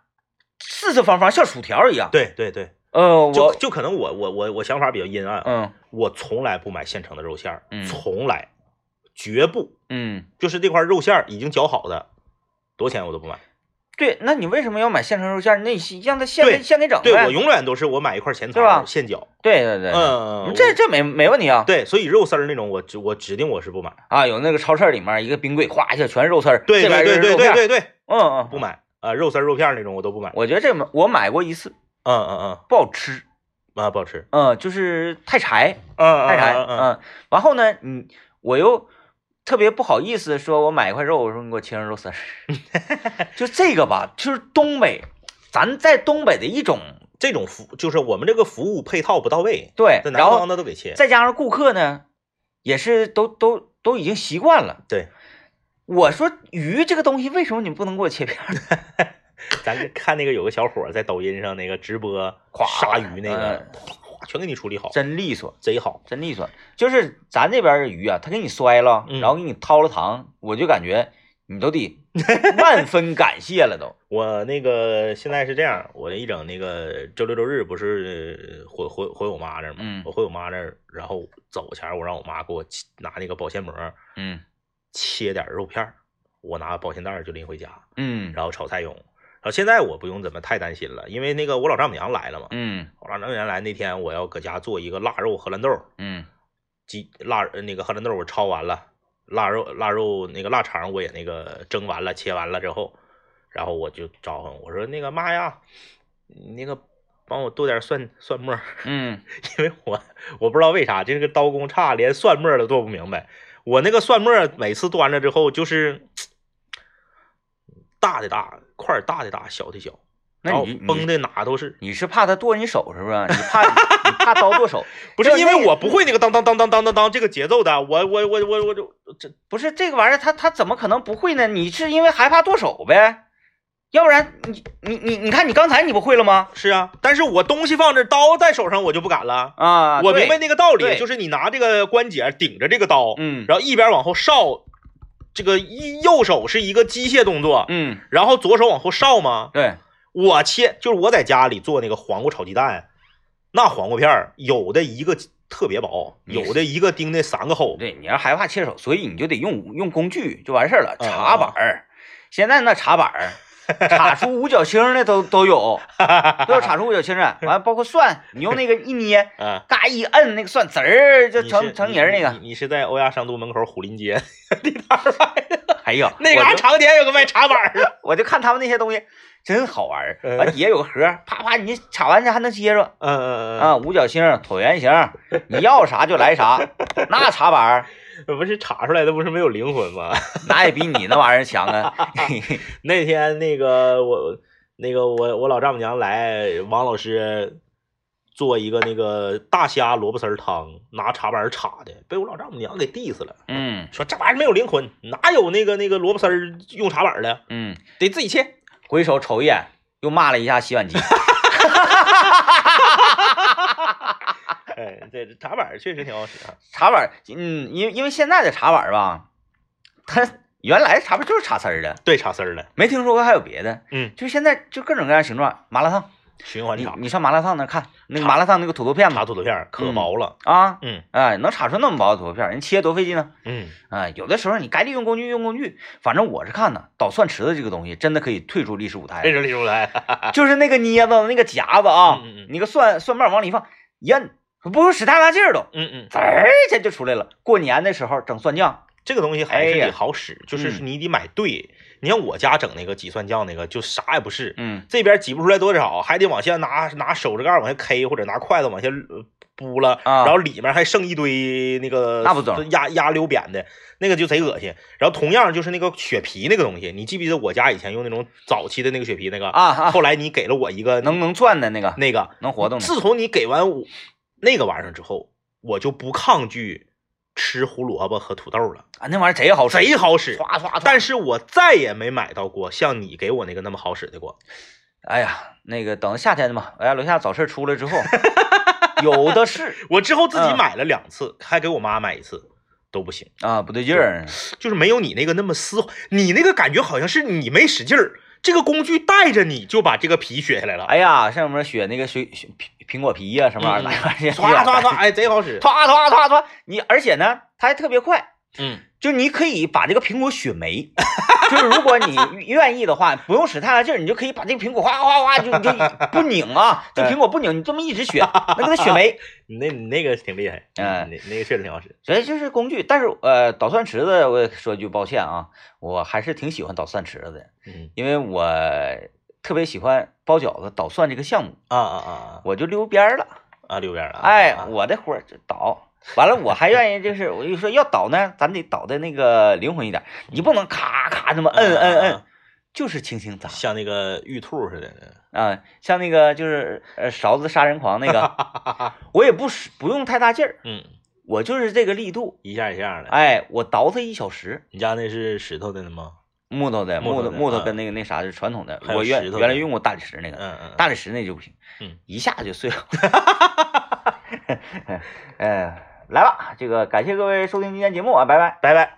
Speaker 1: 四四方方像薯条一样。
Speaker 2: 对对对，
Speaker 1: 呃，
Speaker 2: 就
Speaker 1: 我
Speaker 2: 就可能我我我我想法比较阴暗啊，
Speaker 1: 嗯
Speaker 2: 我从来不买现成的肉馅儿，
Speaker 1: 嗯
Speaker 2: 从来绝不，
Speaker 1: 嗯，
Speaker 2: 就是这块肉馅儿已经绞好的，多少钱我都不买。
Speaker 1: 对，那你为什么要买现成肉馅儿？那你让他现
Speaker 2: 对
Speaker 1: 现给整呗。
Speaker 2: 对我永远都是我买一块咸
Speaker 1: 对吧
Speaker 2: 肠现绞，
Speaker 1: 对对对，
Speaker 2: 嗯，嗯
Speaker 1: 这
Speaker 2: 我
Speaker 1: 这没没问题啊。
Speaker 2: 对，所以肉丝儿那种我指我指定我是不买。
Speaker 1: 啊，有那个超市里面一个冰柜，咵一下全是肉丝儿，
Speaker 2: 对
Speaker 1: 这边
Speaker 2: 对对
Speaker 1: 就是
Speaker 2: 对
Speaker 1: 肉片
Speaker 2: 对
Speaker 1: 儿
Speaker 2: 对对，
Speaker 1: 嗯嗯，
Speaker 2: 不买啊、肉丝儿肉片儿那种我都不买。
Speaker 1: 我觉得这没我买过一次，
Speaker 2: 嗯嗯嗯，
Speaker 1: 不好吃，
Speaker 2: 啊不好吃。
Speaker 1: 嗯，就是太柴，
Speaker 2: 嗯
Speaker 1: 太柴，
Speaker 2: 嗯嗯
Speaker 1: 嗯，然后呢，嗯，我又特别不好意思说，我买一块肉，我说你给我切成肉丝儿， (laughs) 就这个吧，就是东北，咱在东北的一种
Speaker 2: 这种服就是我们这个服务配套不到位，
Speaker 1: 对，
Speaker 2: 在
Speaker 1: 然
Speaker 2: 南
Speaker 1: 后
Speaker 2: 方的都给切。
Speaker 1: 再加上顾客呢，也是都都都已经习惯了，
Speaker 2: 对，
Speaker 1: 我说鱼这个东西为什么你不能给我切片儿？
Speaker 2: 咱看那个有个小伙儿在抖音上那个直播
Speaker 1: 夸
Speaker 2: 杀鱼那个
Speaker 1: 嗯，
Speaker 2: 夸夸全给你处理好，
Speaker 1: 真利索。
Speaker 2: 贼好。
Speaker 1: 真利索。就是咱这边的鱼啊，它给你摔了，
Speaker 2: 嗯
Speaker 1: 然后给你掏了糖，我就感觉你都得万分感谢了都。
Speaker 2: 我那个现在是这样，我这一整那个周六周日不是呃回回回我妈那儿嘛，
Speaker 1: 嗯
Speaker 2: 我回我妈那儿，然后走前儿我让我妈给我切拿那个保鲜膜儿
Speaker 1: 嗯
Speaker 2: 切点儿肉片儿，我拿保鲜袋儿就拎回家，
Speaker 1: 嗯
Speaker 2: 然后炒菜用。然后现在我不用怎么太担心了，因为那个我老丈母娘来了嘛，
Speaker 1: 嗯
Speaker 2: 我老丈母娘来那天我要搁家做一个腊肉荷兰豆儿
Speaker 1: 嗯
Speaker 2: 鸡腊呃那个荷兰豆我焯完了，腊肉腊肉那个腊肠我也那个蒸完了切完了之后，然后我就招呼我说那个妈呀，你那个帮我剁点蒜蒜末儿， (laughs)
Speaker 1: 嗯
Speaker 2: 因为我我不知道为啥这个刀工差，连蒜末儿都剁不明白。我那个蒜末儿每次剁完了之后就是大的大块儿大的大小的小，
Speaker 1: 那
Speaker 2: 然后
Speaker 1: 你你
Speaker 2: 崩的哪都是，
Speaker 1: 你是怕它剁你手是不 (laughs) 是？你怕你怕刀剁手？
Speaker 2: 不是
Speaker 1: 就是
Speaker 2: 因
Speaker 1: 那
Speaker 2: 为
Speaker 1: 个
Speaker 2: 我不会那个当当当当当当当这个节奏的，我我我我我就这
Speaker 1: 不是这个玩意儿，它它怎么可能不会呢？你是因为害怕剁手呗？要不然你你你你看你刚才你不会了吗？
Speaker 2: 是啊，但是我东西放这，刀在手上我就不敢了。
Speaker 1: 啊，
Speaker 2: 我明白
Speaker 1: 对，
Speaker 2: 那个道理，
Speaker 1: 对
Speaker 2: 就是你拿这个关节顶着这个刀，
Speaker 1: 嗯
Speaker 2: 然后一边往后烧，这个一右手是一个机械动作，
Speaker 1: 嗯
Speaker 2: 然后左手往后烧嘛。
Speaker 1: 对，
Speaker 2: 我切就是我在家里做那个黄瓜炒鸡蛋，那黄瓜片儿有的一个特别薄，
Speaker 1: 你是
Speaker 2: 有的一个钉的三个厚。
Speaker 1: 对，你要害怕切手，所以你就得用用工具就完事儿了。
Speaker 2: 嗯
Speaker 1: 茶板儿，现在那茶板儿， (laughs) 插出五角星儿的都都有，都有插出五角星儿的。完，包括蒜，你用那个一捏，
Speaker 2: 啊，
Speaker 1: 嘎一摁，那个蒜籽儿就
Speaker 2: 你是
Speaker 1: 成成泥儿那
Speaker 2: 你
Speaker 1: 个。
Speaker 2: 你你是在欧亚商都门口虎林街
Speaker 1: 哎 (laughs) 呀，
Speaker 2: 那
Speaker 1: 我
Speaker 2: 嘎
Speaker 1: 就
Speaker 2: 常年有个卖茶板儿的，
Speaker 1: 我就看他们那些东西真好玩儿。
Speaker 2: 嗯
Speaker 1: 完底下有个盒儿，啪啪，你插完去还能接着
Speaker 2: 嗯嗯嗯 (laughs)
Speaker 1: 啊，五角星儿、椭圆形儿，你要啥就来啥。那茶板儿
Speaker 2: 呃不是查出来的，不是没有灵魂吗？
Speaker 1: 哪也比你那玩意儿强啊。 (laughs)
Speaker 2: 那天那个我那个我我老丈母娘来，王老师做一个那个大虾萝卜丝儿汤，拿茶板儿插的，被我老丈母娘给 diss 了，
Speaker 1: 嗯
Speaker 2: 说这玩意儿没有灵魂，哪有那个那个萝卜丝儿用茶板儿的，
Speaker 1: 嗯。
Speaker 2: 得自己切。
Speaker 1: 回首瞅一眼，又骂了一下洗碗机。
Speaker 2: 哎，对，茶碗确实挺好使啊。
Speaker 1: 茶碗，嗯，因为因为现在的茶碗吧，它原来茶碗就是茶丝儿的，
Speaker 2: 对，茶丝儿的，
Speaker 1: 没听说过还有别的。
Speaker 2: 嗯，
Speaker 1: 就现在就各种各样形状，麻辣烫，
Speaker 2: 循环
Speaker 1: 你
Speaker 2: 茶，
Speaker 1: 你上麻辣烫那看，那个
Speaker 2: 茶
Speaker 1: 麻辣烫那个土豆片子
Speaker 2: 茶土豆片儿可
Speaker 1: 嗯
Speaker 2: 薄了。
Speaker 1: 啊，
Speaker 2: 嗯
Speaker 1: 哎，能炒出那么薄的土豆片儿，人切多费劲呢。
Speaker 2: 嗯，
Speaker 1: 啊，有的时候你该利用工具用工具，反正我是看呢，捣蒜池子这个东西真的可以退出历史舞台
Speaker 2: 这
Speaker 1: 了，
Speaker 2: 是李如来，
Speaker 1: 啊就是那个镊子那个夹子啊，
Speaker 2: 嗯嗯嗯
Speaker 1: 你个蒜蒜瓣往里一放，一摁，不用使太大劲儿都，
Speaker 2: 嗯嗯，
Speaker 1: 滋儿一下就出来了。过年的时候整蒜酱，
Speaker 2: 这个东西还是
Speaker 1: 哎
Speaker 2: 得
Speaker 1: 呀
Speaker 2: 好使，就是
Speaker 1: 嗯
Speaker 2: 你得买对。你像我家整那个挤蒜酱那个，就啥也不是，
Speaker 1: 嗯
Speaker 2: 这边挤不出来多少，还得往下拿拿手指盖往下 K，或者拿筷子往下呃拨了，
Speaker 1: 啊
Speaker 2: 然后里面还剩一堆那个
Speaker 1: 那不整
Speaker 2: 压压溜扁的那个就贼恶心。然后同样就是那个雪皮那个东西，你记不记得我家以前用那种早期的那个雪皮那个？
Speaker 1: 啊啊，
Speaker 2: 后来你给了我一个
Speaker 1: 能能转的那个，
Speaker 2: 那个，
Speaker 1: 能活动的，
Speaker 2: 自从你给完我那个玩意儿之后，我就不抗拒吃胡萝卜和土豆了，
Speaker 1: 啊，那玩意儿贼好使，
Speaker 2: 贼好使。
Speaker 1: 唰唰唰。
Speaker 2: 但是我再也没买到过像你给我那个那么好使的过。
Speaker 1: 哎呀，那个等夏天吧，我家楼下早市出来之后，有的 (laughs) 是
Speaker 2: 我之后自己
Speaker 1: 嗯
Speaker 2: 买了两次，还给我妈买一次，都不行，
Speaker 1: 啊，不对劲儿，
Speaker 2: 就是没有你那个那么丝，你那个感觉好像是你没使劲儿，这个工具带着你就把这个皮削下来了，
Speaker 1: 哎呀，像什么雪那个雪雪苹苹果皮呀、什么玩意儿，
Speaker 2: 嗯
Speaker 1: 来来
Speaker 2: 唰唰唰，哎，贼好使。
Speaker 1: 唰唰唰唰，你而且呢，它还特别快，
Speaker 2: 嗯，
Speaker 1: 就是你可以把这个苹果雪没， (laughs) 就是如果你愿意的话，不用使太大劲儿，你就可以把这个苹果哗哗哗就就不拧啊，这苹果不拧，你这么一直雪，能给它雪
Speaker 2: (laughs)
Speaker 1: 没。
Speaker 2: (laughs) 你那你那个挺厉害，
Speaker 1: 哎
Speaker 2: 你那个确实挺好使。
Speaker 1: 所以就是工具，但是呃，捣蒜池子，我也说句抱歉啊，我还是挺喜欢捣蒜池子的，
Speaker 2: 嗯
Speaker 1: 因为我特别喜欢包饺子捣蒜这个项目，
Speaker 2: 啊啊啊
Speaker 1: 我就溜边儿了。
Speaker 2: 啊啊，六边了啊。
Speaker 1: 哎
Speaker 2: 啊，
Speaker 1: 我的活儿就倒。完了，我还愿意就是，我就说要倒呢，咱得倒的那个灵魂一点，你不能咔咔那么摁摁
Speaker 2: 啊
Speaker 1: 摁，就是轻轻砸
Speaker 2: 像那个玉兔似的。
Speaker 1: 啊，像那个就是呃勺子杀人狂那个，
Speaker 2: (laughs)
Speaker 1: 我也不使不用太大劲儿，
Speaker 2: 嗯，
Speaker 1: 我就是这个力度，
Speaker 2: 一下一下的。
Speaker 1: 哎，我倒它一小时，
Speaker 2: 你家那是石头的吗？
Speaker 1: 木头的
Speaker 2: 木
Speaker 1: 木
Speaker 2: 头
Speaker 1: 头
Speaker 2: 的
Speaker 1: 木头
Speaker 2: 嗯
Speaker 1: 跟那个那啥就是传统的，
Speaker 2: 还有
Speaker 1: 我原
Speaker 2: 石头
Speaker 1: 原来
Speaker 2: 的
Speaker 1: 用过大理石那个，
Speaker 2: 嗯嗯。
Speaker 1: 大理石那就不行，
Speaker 2: 嗯，
Speaker 1: (laughs) 一下就碎了。嗯哎，来吧，这个感谢各位收听今天节目啊，拜拜，拜拜。